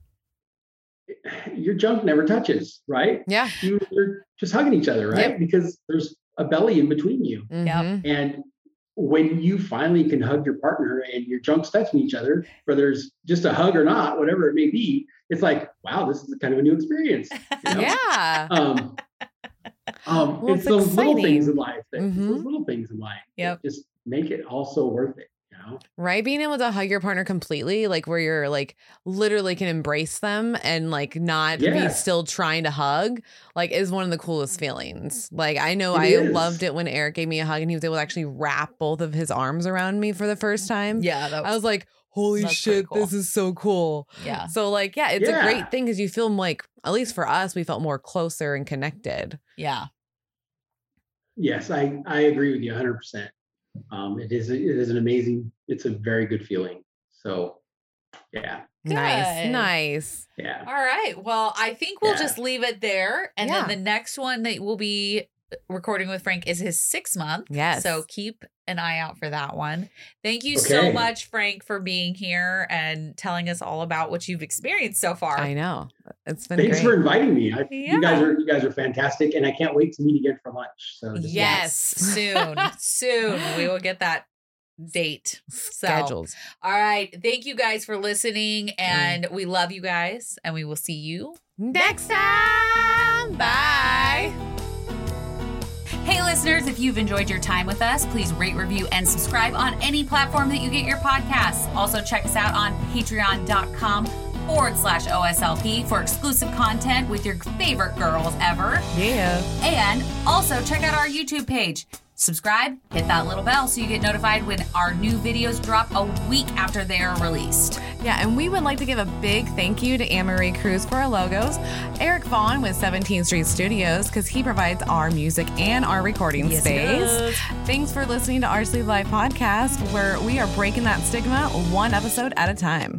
your junk never touches, right? Yeah. You, you're just hugging each other, right? Because there's a belly in between you, Mhm. and when you finally can hug your partner and your junk's touching each other, whether there's just a hug or not, whatever it may be, it's like, wow, this is kind of a new experience. you know? Yeah. um, um, Well, it's, it's those little things exciting. in life that it's Mhm. those little things in life that Yep. just make it all so worth it you know Right. Being able to hug your partner completely, like where you're like literally can embrace them and like not Yeah. be still trying to hug, like is one of the coolest feelings. Like I know It I is. loved it when Eric gave me a hug and he was able to actually wrap both of his arms around me for the first time. Yeah, that I was like, holy That's pretty shit, this cool. is so cool. yeah. So like, yeah, it's Yeah. a great thing because you feel like, at least for us, we felt more closer and connected. Yeah. yes i i agree with you 100% um it is it is an amazing it's a very good feeling so yeah Nice, Good. nice. yeah All right. Well, I think we'll Yeah. just leave it there. And Yeah. then the next one that we'll be uh, recording with Frank is his six month. Yes. So keep an eye out for that one. Thank you so Okay. much, Frank, for being here and telling us all about what you've experienced so far. I know it's been thanks great. for inviting me I, Yeah. you guys are you guys are fantastic and i can't wait to meet again for lunch so just- Yes. Soon. soon. We will get that date. So, Scheduled. all right. Thank you guys for Mm. listening. And we love you guys. And we will see you Next time. Bye. Hey, listeners, if you've enjoyed your time with us, please rate, review, and subscribe on any platform that you get your podcasts. Also, check us out on patreon.com forward slash OSLP for exclusive content with your favorite girls ever. Yeah. And also, check out our YouTube page. Subscribe, hit that little bell so you get notified when our new videos drop a week after they are released. Yeah, and we would like to give a big thank you to Anne Marie Cruz for our logos, Eric Vaughn with 17th Street Studios, because he provides our music and our recording space. Thanks for listening to our Sleep Live podcast, where we are breaking that stigma one episode at a time.